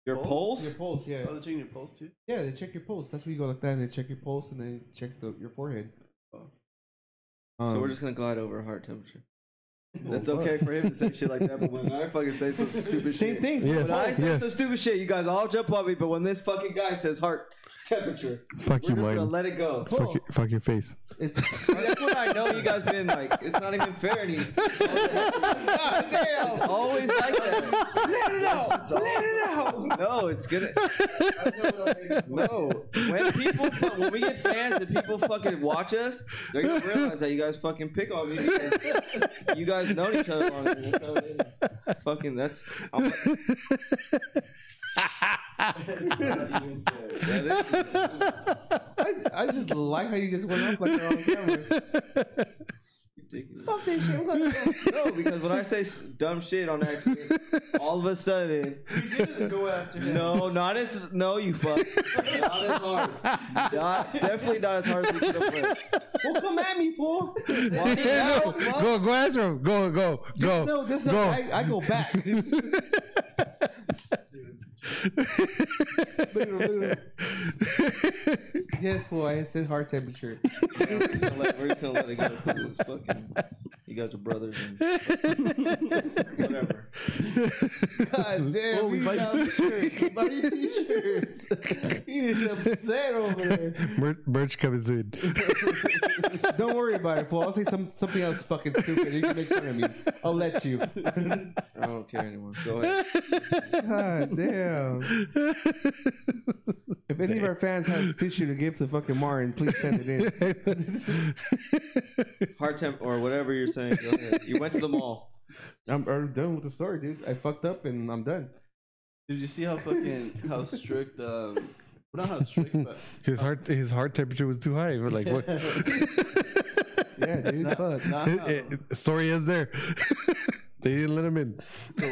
Your pulse? Your pulse? pulse, yeah, Oh, they're checking your pulse too. yeah. They check your pulse. That's where you go like that. And they check your pulse and they check the, your forehead. Oh. so Um, we're just gonna glide over heart temperature. Well, That's fuck. okay for him to say shit like that, but when I fucking say some stupid same shit, thing. Yes. When I say yes. some stupid shit, you guys all jump on me. But when this fucking guy says heart temperature, Fuck we're you, just gonna Mike. let it go. Fuck your, fuck your face. It's That's what I know. You guys been like, it's not even fair anymore. It's always like that. Let it out. Let it out. No, it's gonna. No, when people, fu- when we get fans and people fucking watch us, they're gonna realize that you guys fucking pick on me. Because you guys know each other longer. than each other. Fucking, that's. I'm, I, I just like how you just went off like that on camera. ridiculous. Fuck this shit. I'm gonna- No, because when I say s- dumb shit on accident, all of a sudden, You didn't go after him. no, not as no, you fuck, not as hard, not, definitely not as hard as we could have played. well, come at me, fool. Why go, not, fuck? go after him. Go, go, go. No, just go. I, I go back. yes, fool. I said heart temperature. Yeah, we're just gonna let- we're just gonna let it go. 'cause it's fucking- you guys are brothers and whatever. God damn, Oh, we we buy got t-shirts. We buy you t-shirts. He's upset over there. Mer- merch coming soon. Don't worry about it, fool. I'll say some, something else fucking stupid. You can make fun of me. I'll let you. I don't care anymore. Go ahead. God damn. If any of our fans have tissue to give to fucking Martin, please send it in. Heart temp or whatever you're saying. Go ahead. You went to the mall. I'm, I'm done with the story, dude. I fucked up and I'm done. Did you see how fucking how strict? Um, well, not how strict, but his heart, his heart temperature was too high. We're like, what? Yeah, dude. fuck. not It- how, it- it- story ends there. they didn't let him in. so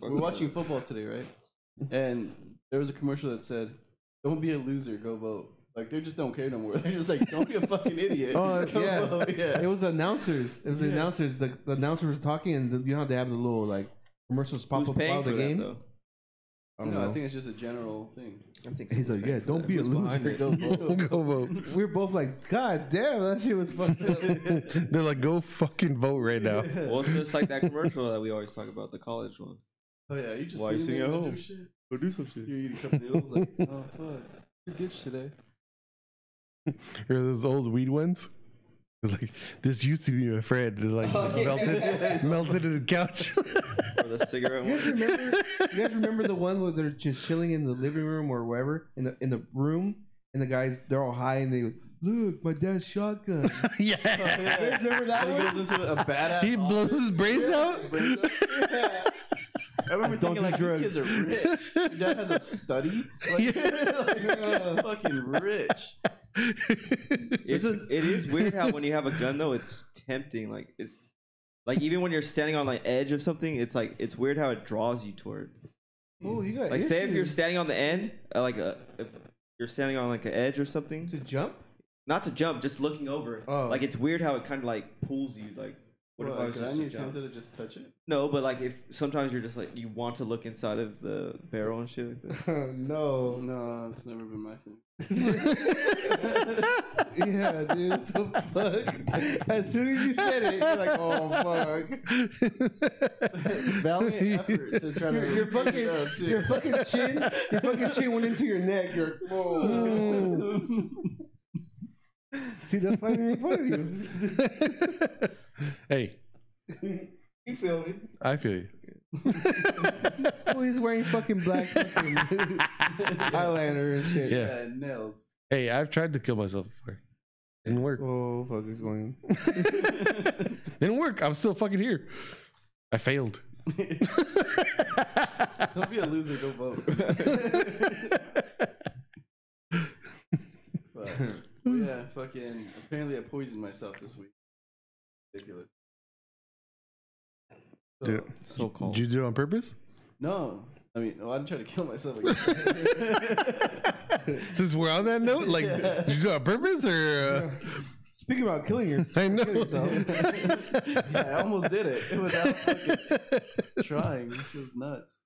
we're watching football today, right? And there was a commercial that said, "Don't be a loser, go vote." Like they just don't care no more. They're just like, "Don't be a fucking idiot." Oh, go yeah. vote." It yeah. was the announcers. It was the Yeah. announcers. The, the announcer was talking, and the, you know how they have the little like commercials pop Who's up paying about for the that game. though? I don't No, know. I think it's just a general thing. I think He's like, yeah, someone's paying for don't that. be a Who's behind loser. it? Go vote. go vote. We're both like, God damn, that shit was fucked up. They're like, go fucking vote right now. Well, it's just like that commercial that we always talk about, the college one. Oh yeah, you just Why you sitting sitting there at and home? do shit. Go do some shit. You're eating a cup of noodles, like, oh fuck, you ditched today. Or those old weed ones. It's like this used to be my friend. It's like Oh, just melted, melted in the couch. Or the cigarette You guys one. remember? You guys remember the one where they're just chilling in the living room or wherever in the in the room, and the guys they're all high and they look my dad's shotgun. Oh, yeah, remember that he goes into a badass. he blows his brains out. I remember Don't thinking do like drugs. these kids are rich. Your dad has a study. Like, like, uh, fucking rich. It's, it is weird how when you have a gun though, it's tempting. Like it's like even when you're standing on like edge of something, it's like it's weird how it draws you toward. oh, you got Like say if you're issues. standing on the end, uh, like a, if you're standing on like an edge or something, to jump. not to jump, just looking over. Oh. Like it's weird how it kind of like pulls you. Like what if I Well, was did I just to need jump? tempted to just touch it? No, but like if sometimes you're just like you want to look inside of the barrel and shit like that. no. No, it's never been my thing. Yeah, dude. What the fuck? As soon as you said it, you're like, oh fuck. Valiant effort to try to. Your, your pick fucking, it up, too. your fucking chin, your fucking chin went into your neck. You're, whoa. See, that's why we make fun of you. hey, You feel me? I feel you. Oh, he's wearing fucking black fucking eyeliner and shit. Yeah. yeah, nails. Hey, I've tried to kill myself before. Didn't work. Oh, fuck, he's going. Didn't work. I'm still fucking here. I failed. Don't be a loser. Go vote. But, oh yeah, fucking. Apparently, I poisoned myself this week. Ridiculous. So, Dude, so cold. Did you do it on purpose? No, I mean, well, I'm trying to kill myself. Again. Since we're on that note, like, did you do it on purpose or? Speaking about killing Uh, yourself, I know. yeah, I almost did it without fucking trying. This was nuts.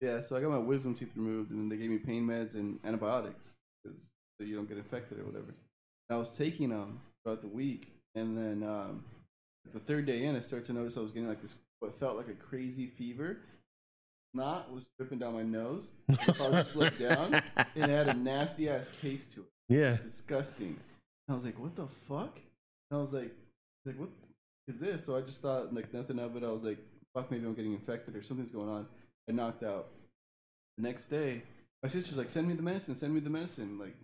Yeah, so I got my wisdom teeth removed, and then they gave me pain meds and antibiotics because so you don't get infected or whatever. And I was taking them throughout the week, and then um, the third day in, I started to notice I was getting like this, what felt like a crazy fever. Snot was dripping down my nose. If I just looked down, and it had a nasty ass taste to it yeah. disgusting. And I was like, what the fuck? And I was like, like what is this? So I just thought like nothing of it. I was like, fuck, maybe I'm getting infected or something's going on. I knocked out. The next day, my sister's like, send me the medicine, send me the medicine. Like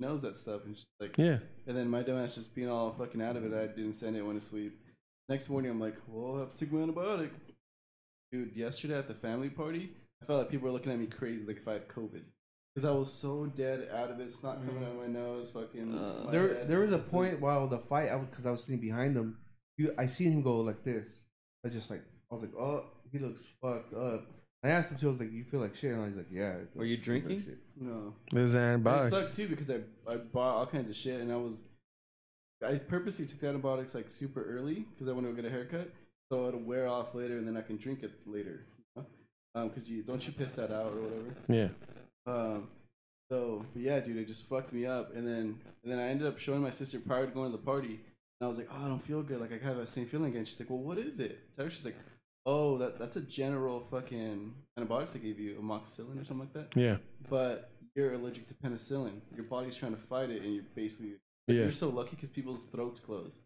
knows that stuff and just like Yeah. and then my dumbass just being all fucking out of it, I didn't send it, went to sleep. Next morning, I'm like, well, I have to take my antibiotic. Dude, yesterday at the family party, I felt like people were looking at me crazy, like if I had COVID. Because I was so dead out of it, it's not coming out of my nose, fucking. Uh, my there head. there was a point while the fight, because I, was sitting behind him, you, I seen him go like this. I was just like, I was like, oh, he looks fucked up. I asked him, too, I was like, you feel like shit? And he's like, yeah. I feel Were you super like drinking? shit." No. There's an And antibiotics. It sucked too because I, I bought all kinds of shit and I was I purposely took the antibiotics like super early because I want to go get a haircut, so it'll wear off later and then I can drink it later. you know? Um, because you don't you piss that out or whatever. Yeah. Um, so but yeah, dude, it just fucked me up, and then and then I ended up showing my sister prior to going to the party, and I was like, oh, I don't feel good. Like I have that same feeling again. She's like, well, what is it? Tell her she's like, oh, that that's a general fucking antibiotics they gave you, amoxicillin or something like that. Yeah. But you're allergic to penicillin. Your body's trying to fight it, and you're basically Yeah. you're so lucky because people's throats close,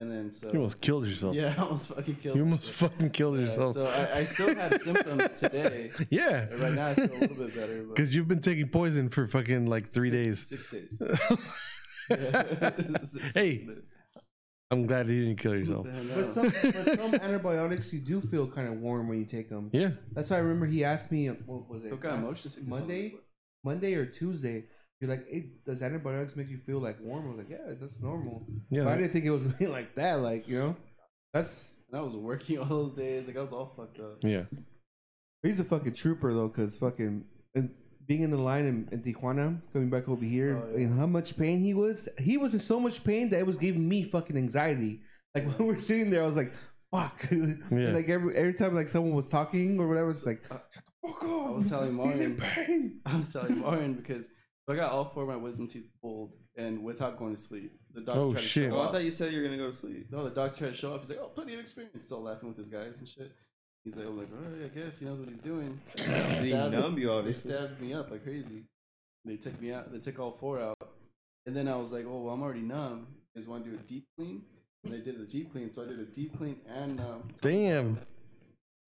and then so You almost killed yourself. yeah, I almost fucking killed. You almost myself. fucking killed Yeah, yourself. So I, I still have symptoms today. yeah. Right now I feel a little bit better. But Because you've been taking poison for fucking like three six- Six days. days. hey, I'm glad you didn't kill yourself. But some, but some antibiotics, you do feel kind of warm when you take them. Yeah. That's why I remember he asked me, uh, what was it? What kind of last motion sickness on Monday? that? Monday or Tuesday? You're like, hey, does antibiotics make you feel like warm? I was like, yeah, that's normal. Yeah. But I like- didn't think it was really like that. Like, you know, that's And I was working all those days. Like I was all fucked up. yeah. He's a fucking trooper though, cause fucking and being in the line in, in Tijuana, coming back over here, Oh, yeah. and how much pain he was. He was in so much pain that it was giving me fucking anxiety. Like when we were sitting there, I was like, "Fuck!" Yeah. And like every every time like someone was talking or whatever, it's like, I- "Shut the fuck up!" I was telling He's Martin. in pain. I was telling Lauren because I got all four of my wisdom teeth pulled and without going to sleep. The doctor Oh, tried to shit. show Oh, I off. thought you said you were gonna go to sleep. No, the doctor tried to show off. He's like, oh, plenty of experience. Still laughing with his guys and shit. He's like, I'm like, all right, I guess he knows what he's doing. So you Stabbed- numb you They obviously. stabbed me up like crazy. They took me out. They took all four out. And then I was like, oh, well, I'm already numb. Is want to do a deep clean? And they did a deep clean. So I did a deep clean and numb. Damn.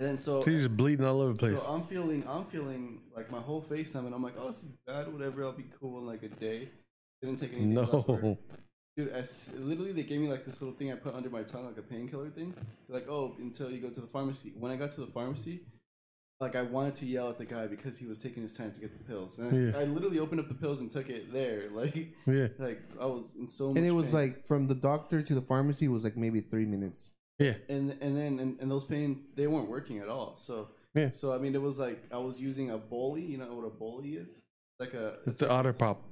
And then so So you're just bleeding all over the place. So I'm feeling, I'm feeling like my whole face numb, and I'm like, oh, this is bad. Whatever, I'll be cool in like a day. Didn't take anything. No. leftover. dude. As literally, they gave me like this little thing I put under my tongue, like a painkiller thing. They're like, oh, until you go to the pharmacy. When I got to the pharmacy, like I wanted to yell at the guy because he was taking his time to get the pills, and I, s- Yeah. I literally opened up the pills and took it there. Like, Yeah. like I was in so. Much And it was pain. like from the doctor to the pharmacy was like maybe three minutes. and and then and, and those pain they weren't working at all. So Yeah. So I mean, it was like I was using a bully. You know what a bully is? Like a It's an otter pop.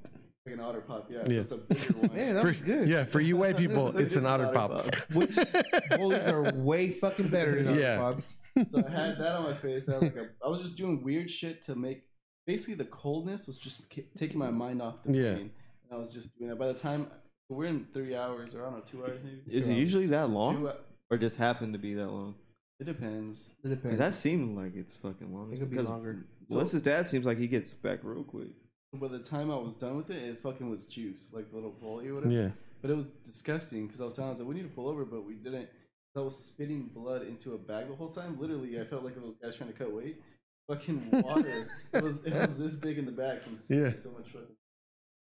like an otter pop. Yeah. Yeah. So it's a bigger one. Man, that For- was good. Yeah, for you white people, it's an otter pop. Which bullets are way fucking better than Yeah. yeah. pops. So I had that on my face. I, had like a, I was just doing weird shit to make. Basically, the coldness was just ki- taking my mind off the Yeah. pain. And I was just doing that. By the time we're in three hours, or I don't know, two hours maybe. Is Two it hours. usually that long, Two, hou- or just happened to be that long? it depends. It Because depends. that seemed like it's fucking long. it could be Because longer. Melissa's dad seems like he gets back real quick. By the time I was done with it, it fucking was juice, like the little bully or whatever. Yeah. But it was disgusting because I was telling I was like, we need to pull over, but we didn't. I was spitting blood into a bag the whole time. Literally, I felt like one of those guys trying to cut weight. Fucking water. it was it was this big in the back from spitting Yeah. so much fucking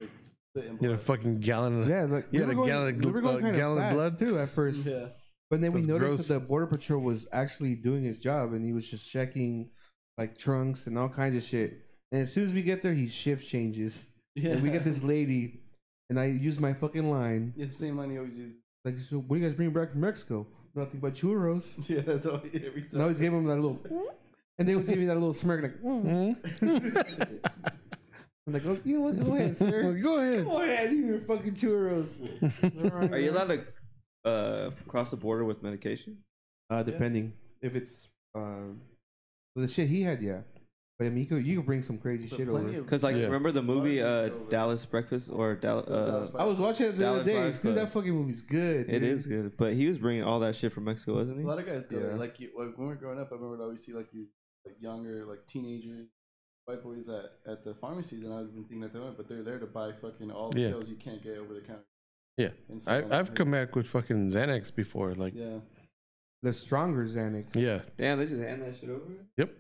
like, spit and You blood. had a fucking gallon of Yeah, look, You had a we were gallon of we were gl- uh, kinda gallon of blood? fast, too at first, yeah. but then we That's noticed gross. that the border patrol was actually doing his job and he was just checking like trunks and all kinds of shit. And as soon as we get there, he shift changes. Yeah, And we get this lady, and I use my fucking line It's the same line he always uses. like, "So what do you guys bring back from Mexico? Nothing but churros." Yeah, that's all every And I time. always gave him that little, and they always gave me that little smirk like, "Mm." Mm-hmm. I'm like, oh, you know what? Go ahead, sir. Go ahead. Go ahead, you your fucking churros. Alright, Are you man. allowed to uh, cross the border with medication? Uh, depending if it's um, the shit he had, yeah. But I mean, you could you could bring some crazy But shit plenty over. of- Because like, Yeah. remember the movie Lot uh, of things over. Dallas Breakfast or Oh, Dallas? Uh, Dallas I was watching it the Dallas other day. Buyers Dude, Club. that fucking movie's good. it dude. is good, but he was bringing all that shit from Mexico, wasn't A he? lot of guys go there. Yeah. Like you, like when we were growing up, I remember I'd always see like these like younger like teenagers, white boys at, at the pharmacies, and I would been thinking that they went, but they're there to buy fucking all the Yeah. pills you can't get over the counter. Yeah. And sell I, them. I've come back with fucking Xanax before. Like, Yeah. The stronger Xanax. yeah. Damn, they just hand that shit over. Yep.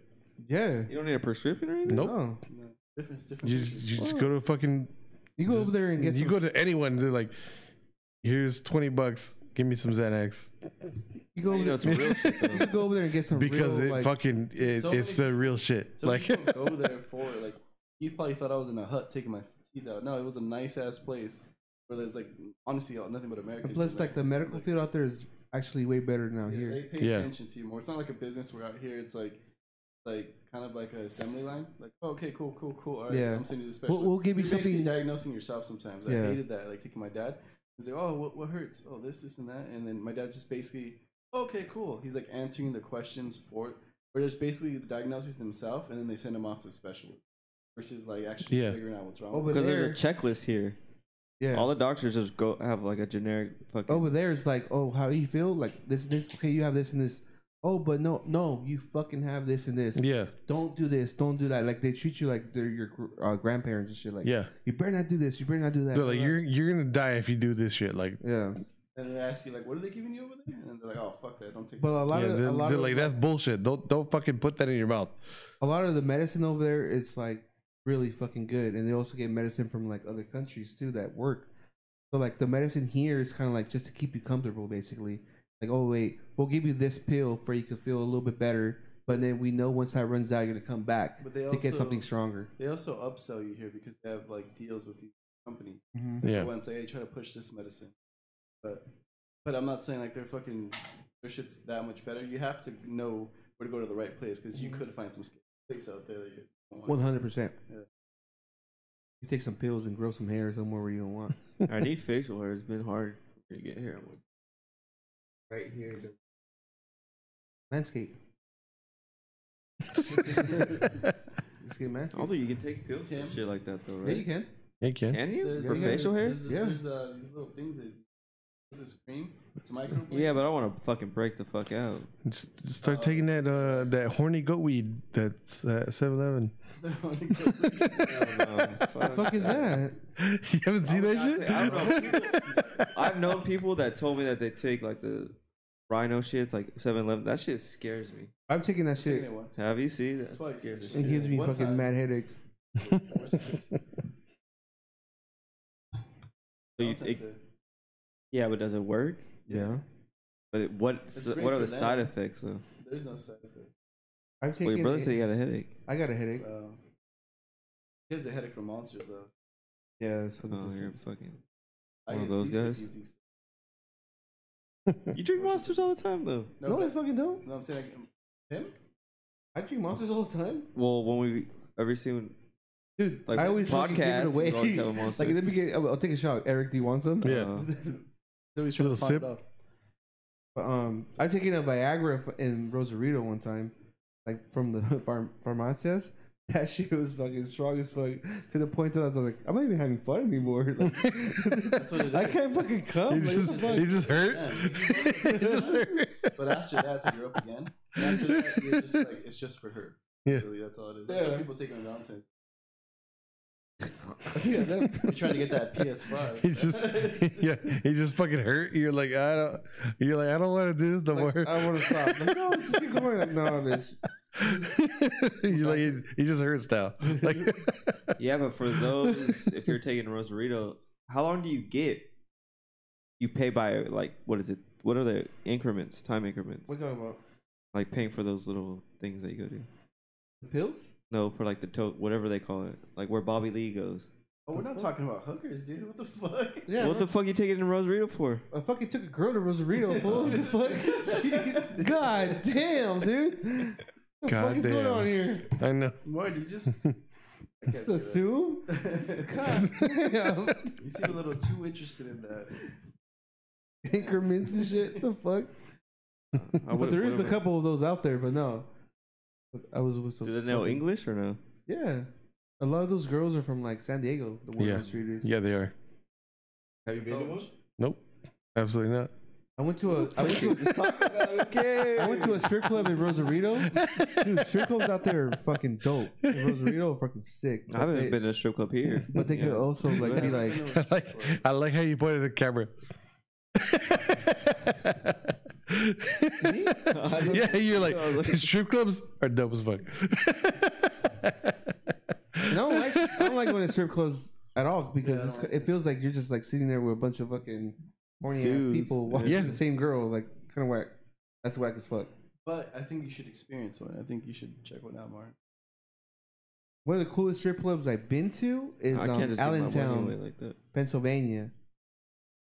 Yeah. You don't need a prescription or anything. Nope. No. No, different, different. You just, places. you just go to fucking. You go over there and get You some, go to anyone. They're like, here's twenty bucks. Give me some Xanax you go You over know, there, it's real shit. Though. you go over there and get some because real, it like, fucking it, So it's many- the real shit. So like, people go there for like you probably thought I was in a hut taking my teeth out. No, it was a nice ass place where there's like honestly nothing but Americans. And in plus, there. like the medical Like, field out there is actually way better now yeah, here. They pay Yeah. attention to you more. It's not like a business we're out here. It's like like kind of like an assembly line. Like oh, okay, cool, cool, cool. All right, Yeah. I'm sending you the specialist. We'll, we'll give you You're basically something. diagnosing yourself sometimes. I Yeah. hated that. Like taking my dad and say, "Oh, what, what hurts? Oh, this, this, and that." And then my dad's just basically, "Okay, cool." He's like answering the questions for, or just basically diagnoses himself, and then they send him off to a specialist. Versus like actually Yeah. figuring out what's wrong. Oh, with but- Because there's a checklist here. Yeah. All the doctors just go have like a generic fucking. over there it's like, oh, how you feel? Like this, this. Okay, you have this and this. Oh, but no, no, you fucking have this and this. yeah, Don't do this. Don't do that. Like they treat you like they're your gr- uh, grandparents and shit. Like, yeah. you better not do this. You better not do that. They're like, you're you're gonna die if you do this shit. Like, yeah. it. And they ask you like, "What are they giving you over there?" And they're like, "Oh, fuck that. Don't take." But a lot yeah, of they're, a lot they're of like, that's bullshit. Don't don't fucking put that in your mouth. a lot of the medicine over there is like really fucking good, and they also get medicine from like other countries too that work. So like the medicine here is kind of like just to keep you comfortable, basically. Like, oh wait, we'll give you this pill for you can feel a little bit better, but then we know once that runs out, you're gonna come back But they to get also- something stronger. They also upsell you here because they have like deals with these companies. Yeah, go and say, "Hey, try to push this medicine." But but I'm not saying like they're fucking their shit's that much better. You have to know where to go to the right place because you could find some place out there that you don't want. One hundred percent. Yeah. You take some pills and grow some hair somewhere where you don't want. I need facial hair. It's been hard to get hair. I'm like, right here. Landscape. Just get landscape. Although you can take pills and Cams? shit like that though, yeah, right? you can. you can. Can you? There's- For yeah, facial hair? There's, Yeah. there's uh, these little things that put this cream. It's a microblade. Yeah, but I want to fucking break the fuck out. Just, just start taking that uh that horny goat weed that's uh, 7-Eleven. Um, What the fuck is that? You haven't seen that shit? I don't know. People, I've known people that told me that they take like the rhino shit, like 7 Eleven. That shit scares me. I'm taking that Taking shit. it once. Have you seen that? Twice. Scares the It It shit. gives me One fucking time. mad headaches. So you, it, yeah, but does it work? Yeah. But it, what great what are for the them. side effects though? There's no side effect. I've Well, taken. your brother it- said he had a headache. I got a headache. Wow. Um, He has a headache from monsters though. Yeah, that's what Oh, it is. you're fucking. I One of get those seasick guys? easy. You drink monsters all the time though. No, no, I but- fucking don't. no, I'm saying I, him. I drink monsters all the time, Well, when we ever seen dude. like I always fucking give podcasts, it away. you always have a monster. like let me get. I'll, I'll take a shot. Eric, do you want some? Yeah. Uh, So he's A trying to little pop it sip. off. But, um, I've taken a Viagra f- in Rosarito one time, like from the farm pharmacist. That shit was fucking strong as fuck to the point that I was like, I'm not even having fun anymore. Like, what it I is. can't fucking You come. Like, just, what the Oh, fuck? you just hurt. Yeah. You just hurt. But after that, it's Europe again. And after that, you're just like it's just for her. Yeah. Really, that's all it is. That's why Yeah. people take on Valentine's. Yeah, that- You're trying to get that PS5. He just, yeah, he just fucking hurt. You're like, I don't. You're like, I don't want to do this no like, more. I want to stop. Like, no, just keep going. Like, no, bitch. You're like, he, he just hurts now. Like, yeah, but for those, if you're taking Rosarito, how long do you get? You pay by like what is it? What are the increments? Time increments? What are you talking about? Like paying for those little things that you go to. The pills? No, for like the tote, whatever they call it, like where Bobby Lee goes. Oh, we're not talking about hookers, dude. What the fuck? Yeah. What the fuck you taking in Rosarito for? I fucking took a girl to Rosarito. fool. What the fuck? Jeez. God damn, dude. What the fuck is going Goddamn. on here? I know. Marty, just. I can't Just say that. assume? God damn. you seem a little too interested in that. Increments and shit. The fuck? I But would- there is a whatever. couple of those out there, but no. I was with some. Do they know English or no? Yeah. A lot of those girls are from like San Diego, the Yeah. Warner Streeters. Yeah, they are. Have you been to one? Absolutely not. I went to a I went to a, I went to a strip club in Rosarito. Dude, strip clubs out there are fucking dope. In Rosarito are fucking sick. I haven't But they- been to a strip club here. But they oh, could Yeah. also like be Hasn't like been to I a like, strip I like how you pointed the camera. yeah, you're like strip clubs are dope as fuck. I don't like I don't like going to strip clubs at all because Yeah, I it's, don't like it feels like you're just like sitting there with a bunch of fucking horny ass Dudes. people watching Yeah. the same girl. Like kind of whack. That's whack as fuck. But I think you should experience one. I think you should check one out, Marty. One of the coolest strip clubs I've been to is I can't um, just give my money away Allentown, like that. Pennsylvania.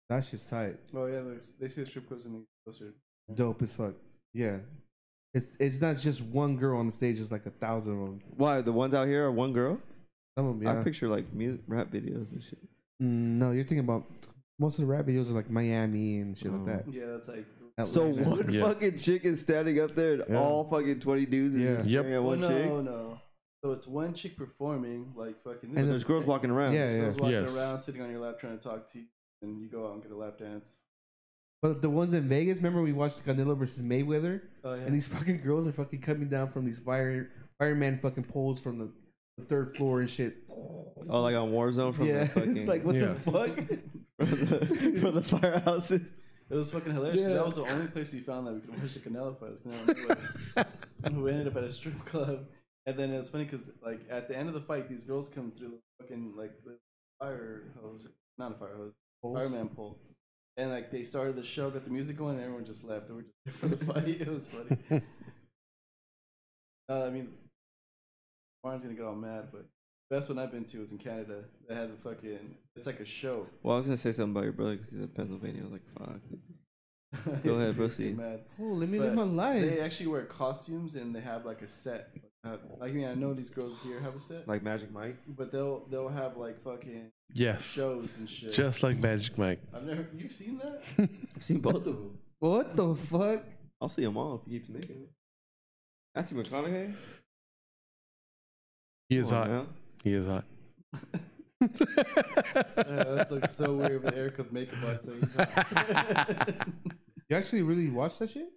That's just tight. Oh yeah, there's- they say strip clubs in the closer. Dope as fuck. Yeah. It's it's not just one girl on the stage, it's like a thousand of them. Why the ones out here are one girl? Some of them, yeah. I picture like music, rap videos and shit. Mm, no, you're thinking about most of the rap videos are like Miami and shit Oh. like that. Yeah, that's like. So Atlanta. one Yeah. fucking chick is standing up there, and Yeah. all fucking twenty dudes are Yeah. just Yep. staring at Well, one no, chick. no. So it's one chick performing, like fucking. And there's girls walking around. Yeah, yeah. Girls walking Yes. around, sitting on your lap, trying to talk to you, and you go out and get a lap dance. But the ones in Vegas, remember we watched Canelo versus Mayweather, Oh yeah. and these fucking girls are fucking coming down from these fire fireman fucking poles from the, the third floor and shit. Oh, like on Warzone from yeah, the fucking like what Yeah. the fuck? from, the, from the firehouses. It was fucking hilarious because Yeah. that was the only place we found that we could watch the Canelo fight. was Canelo and Mayweather. we ended up at a strip club, and then it was funny because like at the end of the fight, these girls come through the fucking like the fire hose, not a fire hose, fireman pole, and like they started the show, got the music going, and everyone just left. They were just there for the fight. It was funny. uh, I mean, Martin's gonna get all mad, but the best one I've been to was in Canada. They had the fucking it's like a show. Well, I was gonna say something about your brother because he's in Pennsylvania. I was like, fuck. Go ahead, proceed. Mad. Oh, let me But live my life. They actually wear costumes and they have like a set. Uh, I mean, I know these girls here have a set, Like Magic Mike. but they'll they'll have like fucking yes, shows and shit. just like Magic Mike. I've never. You've seen that? I've seen both of them. what the fuck? I'll see them all if he keeps making it. Matthew McConaughey. Oh, He is Come on hot. now. He is hot. Uh, that looks so weird with Eric with makeup on. So he's like, You actually really watched that shit?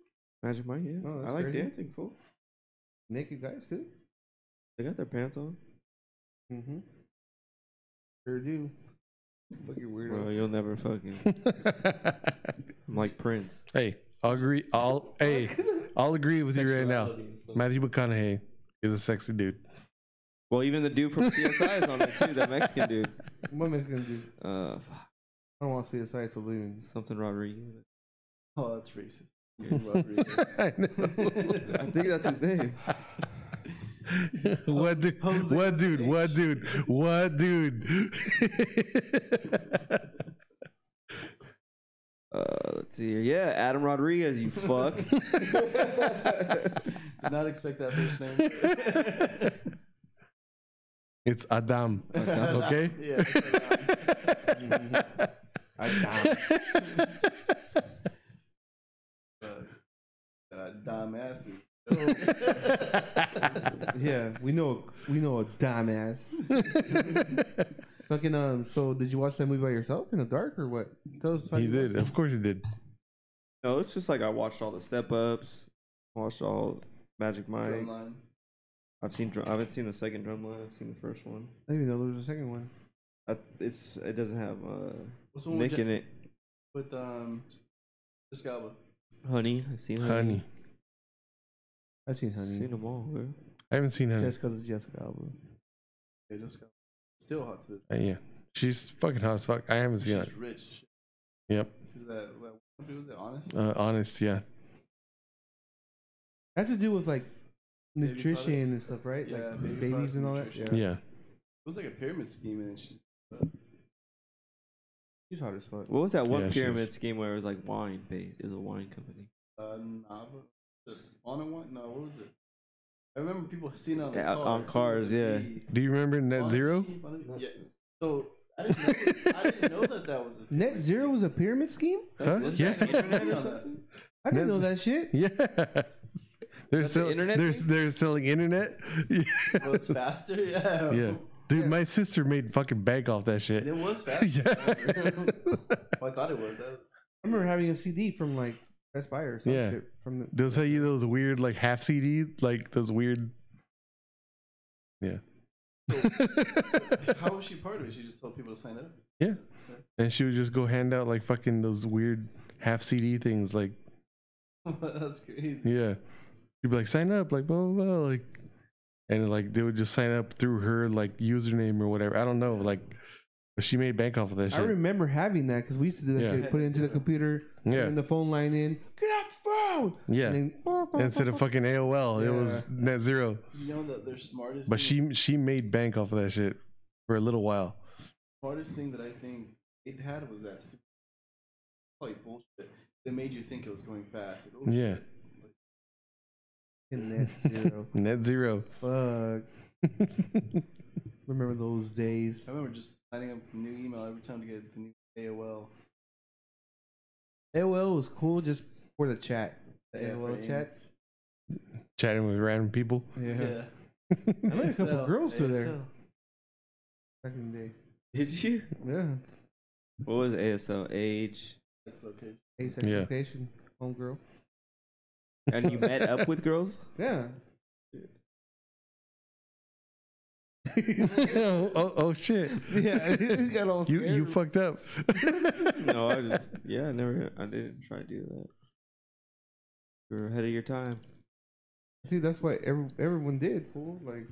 Magic Mike. Yeah. Oh, that's I like crazy. dancing. Fool. Naked guys too. They got their pants on. Mm-hmm. Sure do. Fucking weirdo. Bro, you'll never fucking. I'm like Prince. hey, I'll agree. I'll hey, I'll agree with you right now. Matthew McConaughey is a sexy dude. Well, even the dude from CSI is on there too. That Mexican dude. What am I gonna do? Uh, fuck, I don't want to see a side so leaving. something Rodriguez. oh, that's racist. Rodriguez. I know. I think that's his name. what dude? Jose What dude? What dude? What dude? Uh, let's see here. Yeah, Adam Rodriguez. You fuck. Did not expect that first name. it's Adam. Okay. yeah. I Uh, uh, Dom Massey. Yeah, we know we know a dumbass. Fucking um. So did you watch that movie by yourself in the dark or what? Tell us how he you did. watched Of course, he did. no, it's just like I watched all the step ups, watched all Magic Mike's. Drumline. I've seen. Drum, I haven't seen the second drum line. I've seen the first one. it. I didn't even know there was a second one. I, it's it doesn't have uh, What's the one with Nick Ja- in it. with um, Escalba? Honey, I've seen honey. Honey, I've seen I've Honey. seen them all. Bro. I haven't seen honey. Just 'cause it's Jessica Alba. Yeah, Jessica. Still hot to this. Uh, yeah, she's fucking hot as fuck. I haven't seen She's it. rich. as shit. Yep. She's that, that what was it? Honest. Uh, honest, yeah. Has to do with like Baby nutrition products. and stuff, right? Yeah, like baby babies products and all nutrition. that. Yeah. was like a pyramid scheme, and she's She's hard as fuck. What was that one Yeah, she pyramid was- scheme where it was like wine based? It was a wine company. uh, knob. On a one? No, what was it? I remember people seeing it on, a Yeah, car, on cars, yeah. Do you remember Net Zero? Yeah. So I didn't, know, I didn't know that that was a Net zero was a pyramid scheme. Huh? That's- Yeah. that's the internet on that. I Net- didn't know that shit. Yeah. They're, That's sell- the internet they're, thing? they're selling internet. Yeah. It was faster. Yeah. yeah. Dude, my sister made fucking bank off that And it shit. was faster. Yeah. Well, I thought it was. That was- I remember having a CD from like Best Buy or some Yeah. shit from the. They'll sell you those weird, like, half CD, like, those weird. Yeah. How was she part of it? She just told people to sign up. and she would just go hand out, like, fucking those weird half CD things. Like, That's crazy. yeah. You'd be like, sign up, like, blah, blah, blah. Like, and, like, they would just sign up through her, like, username or whatever. I don't know. Like, but she made bank off of that I shit. remember having that because we used to do that Yeah. shit. Put it into the computer, Yeah. and the phone line in. Get out the phone. yeah. And then, instead of fucking AOL, it was net zero. You know that their smartest. But thing- she she made bank off of that shit for a little while. smartest thing that I think it had was that stupid, probably bullshit. That made you think it was going fast. Like, oh, Yeah. shit. Like, net zero. Net zero. Fuck. Remember those days. I remember just signing up for new email every time to get the new AOL. AOL was cool just for the chat. The Yeah, for AOL AIM. chats. Chatting with random people. Yeah. Yeah. I met a couple ASL, girls through there ASL. back in the day. Did you? Yeah. What was ASL? Age. That's location. Ace Yeah. expectation. Homegirl. And you met up with girls? Yeah. oh, oh, oh, shit. Yeah. he got all You you scared. fucked up. No, I just yeah, I never. I didn't try to do that. You were ahead of your time. See, that's what every, everyone did, fool. Like,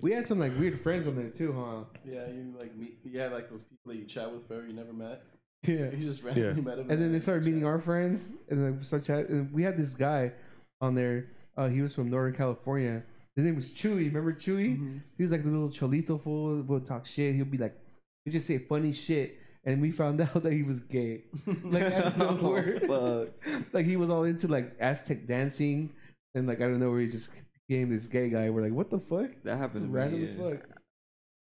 we had some like weird friends on there too, huh? Yeah, you like meet. You have like those people that you chat with forever you never met. Yeah. You just randomly Yeah. met them. And then they started meeting our friends, and then we started chatting. And we had this guy on there. Uh, he was from Northern California. His name was Chewy. Remember Chewy? Mm-hmm. He was like the little cholito fool. Would talk shit. He'd be like, he just say funny shit. And we found out that he was gay. Like out of nowhere. Oh, like he was all into like Aztec dancing, and like I don't know where he just became this gay guy. We're like, what the fuck? that happened to Random me. as yeah. fuck.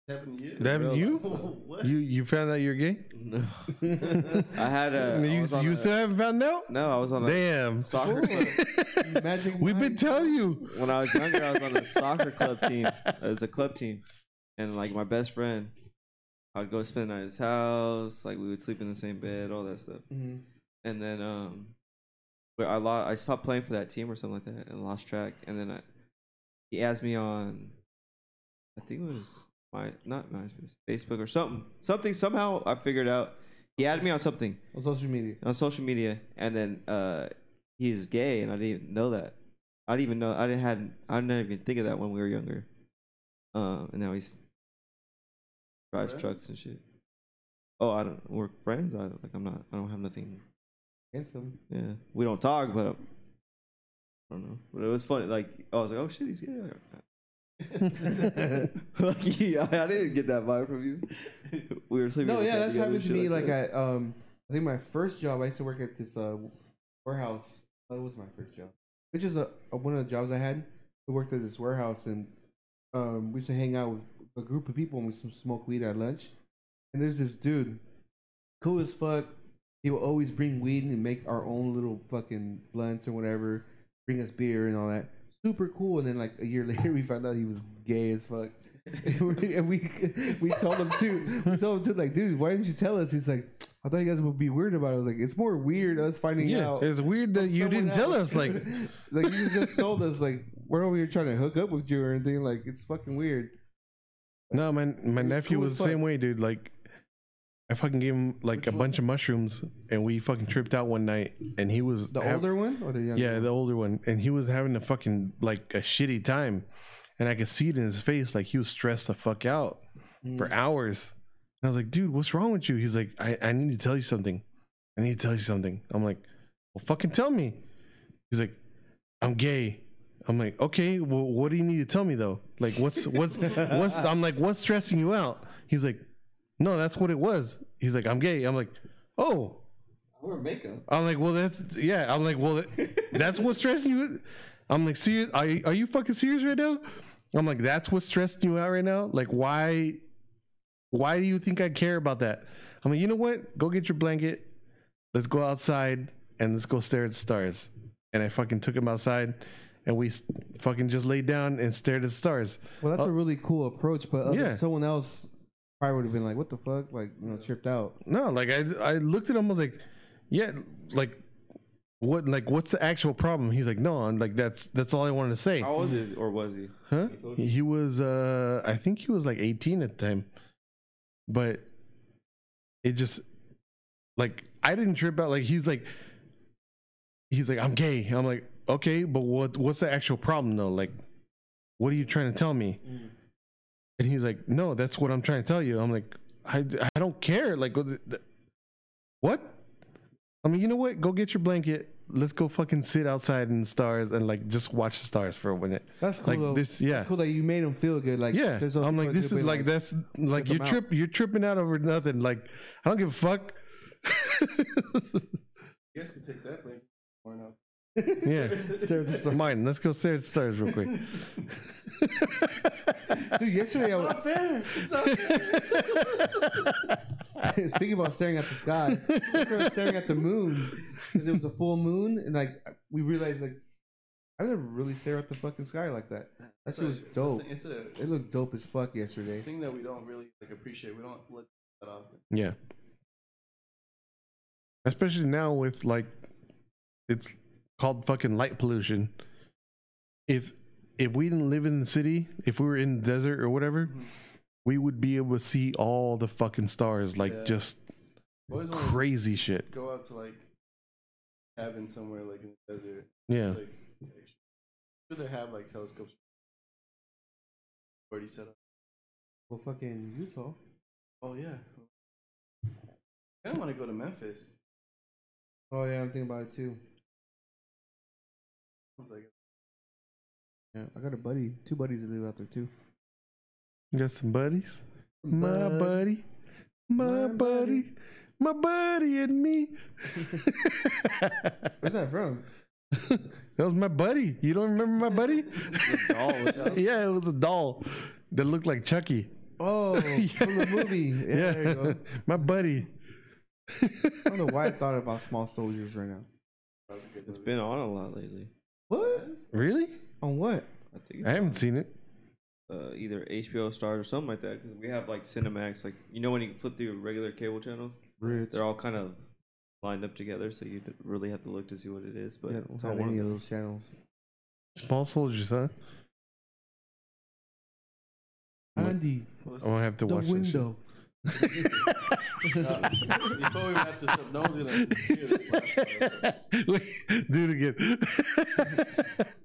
Happened to you? Oh, That happened to you? what? you you found out you're gay? No, I had a. I you was on you a- still haven't found out? no, I was on a Damn. soccer. Magic. We've been Mike. telling you. when I was younger, I was on a soccer club team. It was a club team, and like my best friend, I'd go spend the night at his house. Like we would sleep in the same bed, all that stuff. Mhm. And then, um, but I lost. I stopped playing for that team or something like that, and lost track. And then I, he asked me on, I think it was my not MySpace, Facebook or something, something. Somehow I figured out he added me on something on social media. on social media, and then uh, he's gay, and I didn't even know that. I didn't even know. I didn't had. I didn't even think of that when we were younger. Um, and now he's drives Friends? trucks and shit. Oh, I don't. We're friends. I like. I'm not. I don't have nothing. Handsome. Yeah, we don't talk, but um, I don't know. But it was funny. Like I was like, oh shit, he's gay. like yeah, I didn't get that vibe from you. We were sleeping. No, in the yeah, bed that's together happened and to shit me. like Like, that. I um, I think my first job I used to work at this uh warehouse. Oh, it was my first job, which is a, a one of the jobs I had. I worked at this warehouse, and um, we used to hang out with a group of people and we used to smoke weed at lunch. And there's this dude, cool as fuck. He would always bring weed and make our own little fucking blunts or whatever. Bring us beer and all that. Super cool. And then like a year later, we found out he was gay as fuck. and we and we, we told him too. We told him too. Like, dude, why didn't you tell us? He's like, I thought you guys would be weird about it. I was like, it's more weird us finding Yeah. out. It's weird that you someone didn't tell else. us like like you just told us like we're over here trying to hook up with you or anything. Like it's fucking weird. No, my my It was nephew cool was as the fuck. same way, dude. Like, I fucking gave him like Which a one? bunch of mushrooms, and we fucking tripped out one night, and he was The hav- older one or the younger? yeah, the older one, and he was having a fucking like a shitty time, and I could see it in his face, like he was stressed the fuck out one? Mm. for hours. And I was like, dude, what's wrong with you? He's like, I, I need to tell you something. I need to tell you something. I'm like, well, fucking tell me. He's like, I'm gay. I'm like, okay, well, what do you need to tell me though? Like, what's what's what's? I'm like, what's stressing you out? He's like, no, that's what it was. He's like, I'm gay. I'm like, oh. I wear makeup. I'm like, well, that's yeah. I'm like, well, that's what's stressing you. I'm like, serious? Are you, are you fucking serious right now? I'm like, that's what's stressing you out right now. Like, why? Why do you think I care about that? I'm like, you know what? Go get your blanket. Let's go outside and let's go stare at the stars. And I fucking took him outside, and we s- fucking just laid down and stared at the stars. Well, that's Oh. a really cool approach, but other, Yeah. someone else probably would have been like, "What the fuck?" Like, you know, tripped out. No, like I I looked at him. I was like, yeah, like what? Like what's the actual problem? He's like, no, I'm like that's that's all I wanted to say. How old is or was he? Huh? I told you. He was uh I think he was like 18 at the time. But it just like I didn't trip out like he's like he's like I'm gay. I'm like okay, but what what's the actual problem though? Like what are you trying to tell me? And he's like no, that's what I'm trying to tell you. I'm like I I don't care. Like what the- the- what? I mean, you know what? Go get your blanket. Let's go fucking sit outside in the stars and like just watch the stars for a minute That's cool. like though. this yeah It's cool that you made him feel good. Like, yeah there's other i'm like people that this is could've been like that's like them you're trip you're tripping out over nothing like i don't give a fuck You guys can take that blanket. Why not? yeah Stare at the stars. mine let's go stare at the stars real quick Dude, yesterday I was Not fair. It's not speaking about staring at the sky. yesterday I was staring at the moon. 'cause It was a full moon, and like we realized, like I never really stare at the fucking sky like that. That shit was it's dope. A, thing- it's a It looked dope as fuck yesterday. thing that we don't really like appreciate. We don't look that often. yeah especially now with like it's called fucking light pollution if if we didn't live in the city if we were in the desert or whatever Mm-hmm. Mhm. we would be able to see all the fucking stars like Yeah. just We always want to crazy shit go out to like cabin somewhere like in the desert. yeah It's like, sure they have like telescopes already set up. Well, fucking Utah. Oh yeah. I kind of want to go to Memphis. Oh yeah, I'm thinking about it too. Sounds like it. Yeah, I got a buddy, two buddies that live out there too. You got some buddies? My Bud. buddy. My My buddy. My buddy and me. Where's that from? that was my buddy. You don't remember my buddy? yeah, it was a doll that looked like Chucky. Oh, from the movie. Yeah, there you go. my buddy. I don't know why I thought about small soldiers right now. That was a good It's movie. been on a lot lately. What? Really? On what? I I think it's haven't seen it. uh, either HBO Stars or something like that because we have like Cinemax. Like you know when you flip through regular cable channels, Rich. they're all kind of lined up together, so you d- really have to look to see what it is. But Yeah, I it's don't on have one of any of them. those channels. Small Soldiers, huh? What? Andy, Let's- I'm gonna have to the watch window. uh, before we wrap this up, no one's gonna hear this. last part. this shit. Wait, Do it again.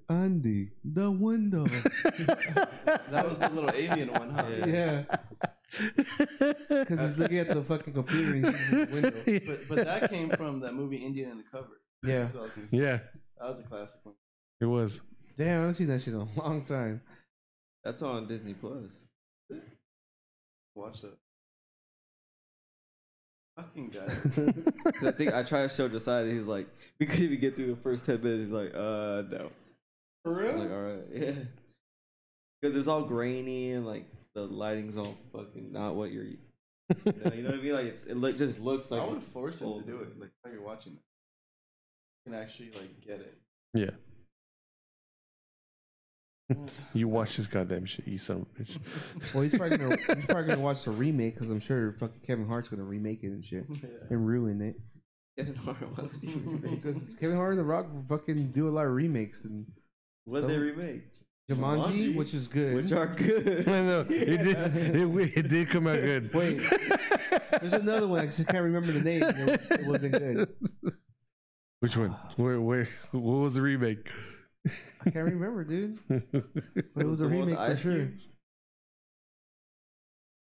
Andy, the window. That was the little alien one, huh? Yeah. yeah, because he's looking at the fucking computer and he's in the window. But but that came from that movie Indian in the Cover. Yeah. That's what I was gonna say. yeah, That was a classic one. it was. Damn, I haven't seen that shit in a long time. That's on Disney Plus. Watch that. Fucking guy. 'Cause I think I tried to show Josiah. He's like, we couldn't even get through the first ten minutes. He's like, uh, no. For So I'm like, all right, yeah. Because it's all grainy and like the lighting's all fucking not what you're. You know, you know what I mean? Like it's it look, just looks like. I would force him to old. do it. Like while you're watching it, you can actually like get it. Yeah. You watch this goddamn shit, you son of a bitch. Well, he's probably gonna he's probably gonna watch the remake because I'm sure fucking Kevin Hart's gonna remake it and shit and ruin it. Because Kevin Hart and The Rock fucking do a lot of remakes and what So- they remake? Jumanji, Jumanji? which is good. Which are good. I know it did. It, it did come out good. Wait, there's another one. I just can't remember the name. and It, it wasn't good. Which one? Where? Where? What was the remake? I can't remember, dude. But it was a The one with remake for Ice sure. Cube?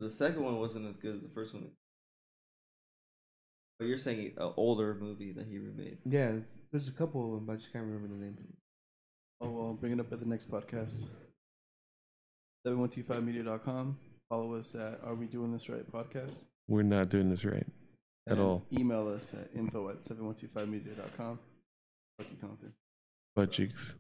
The second one wasn't as good as the first one. But you're saying an older movie that he remade. Yeah, there's a couple of them, but I just can't remember the names. Oh, well, bring it up at the next podcast. 7125media.com. Follow us at Are We Doing This Right Podcast. We're not doing this right at and all. Email us at info at 7125media.com. Fuck you, Compton. Butt cheeks.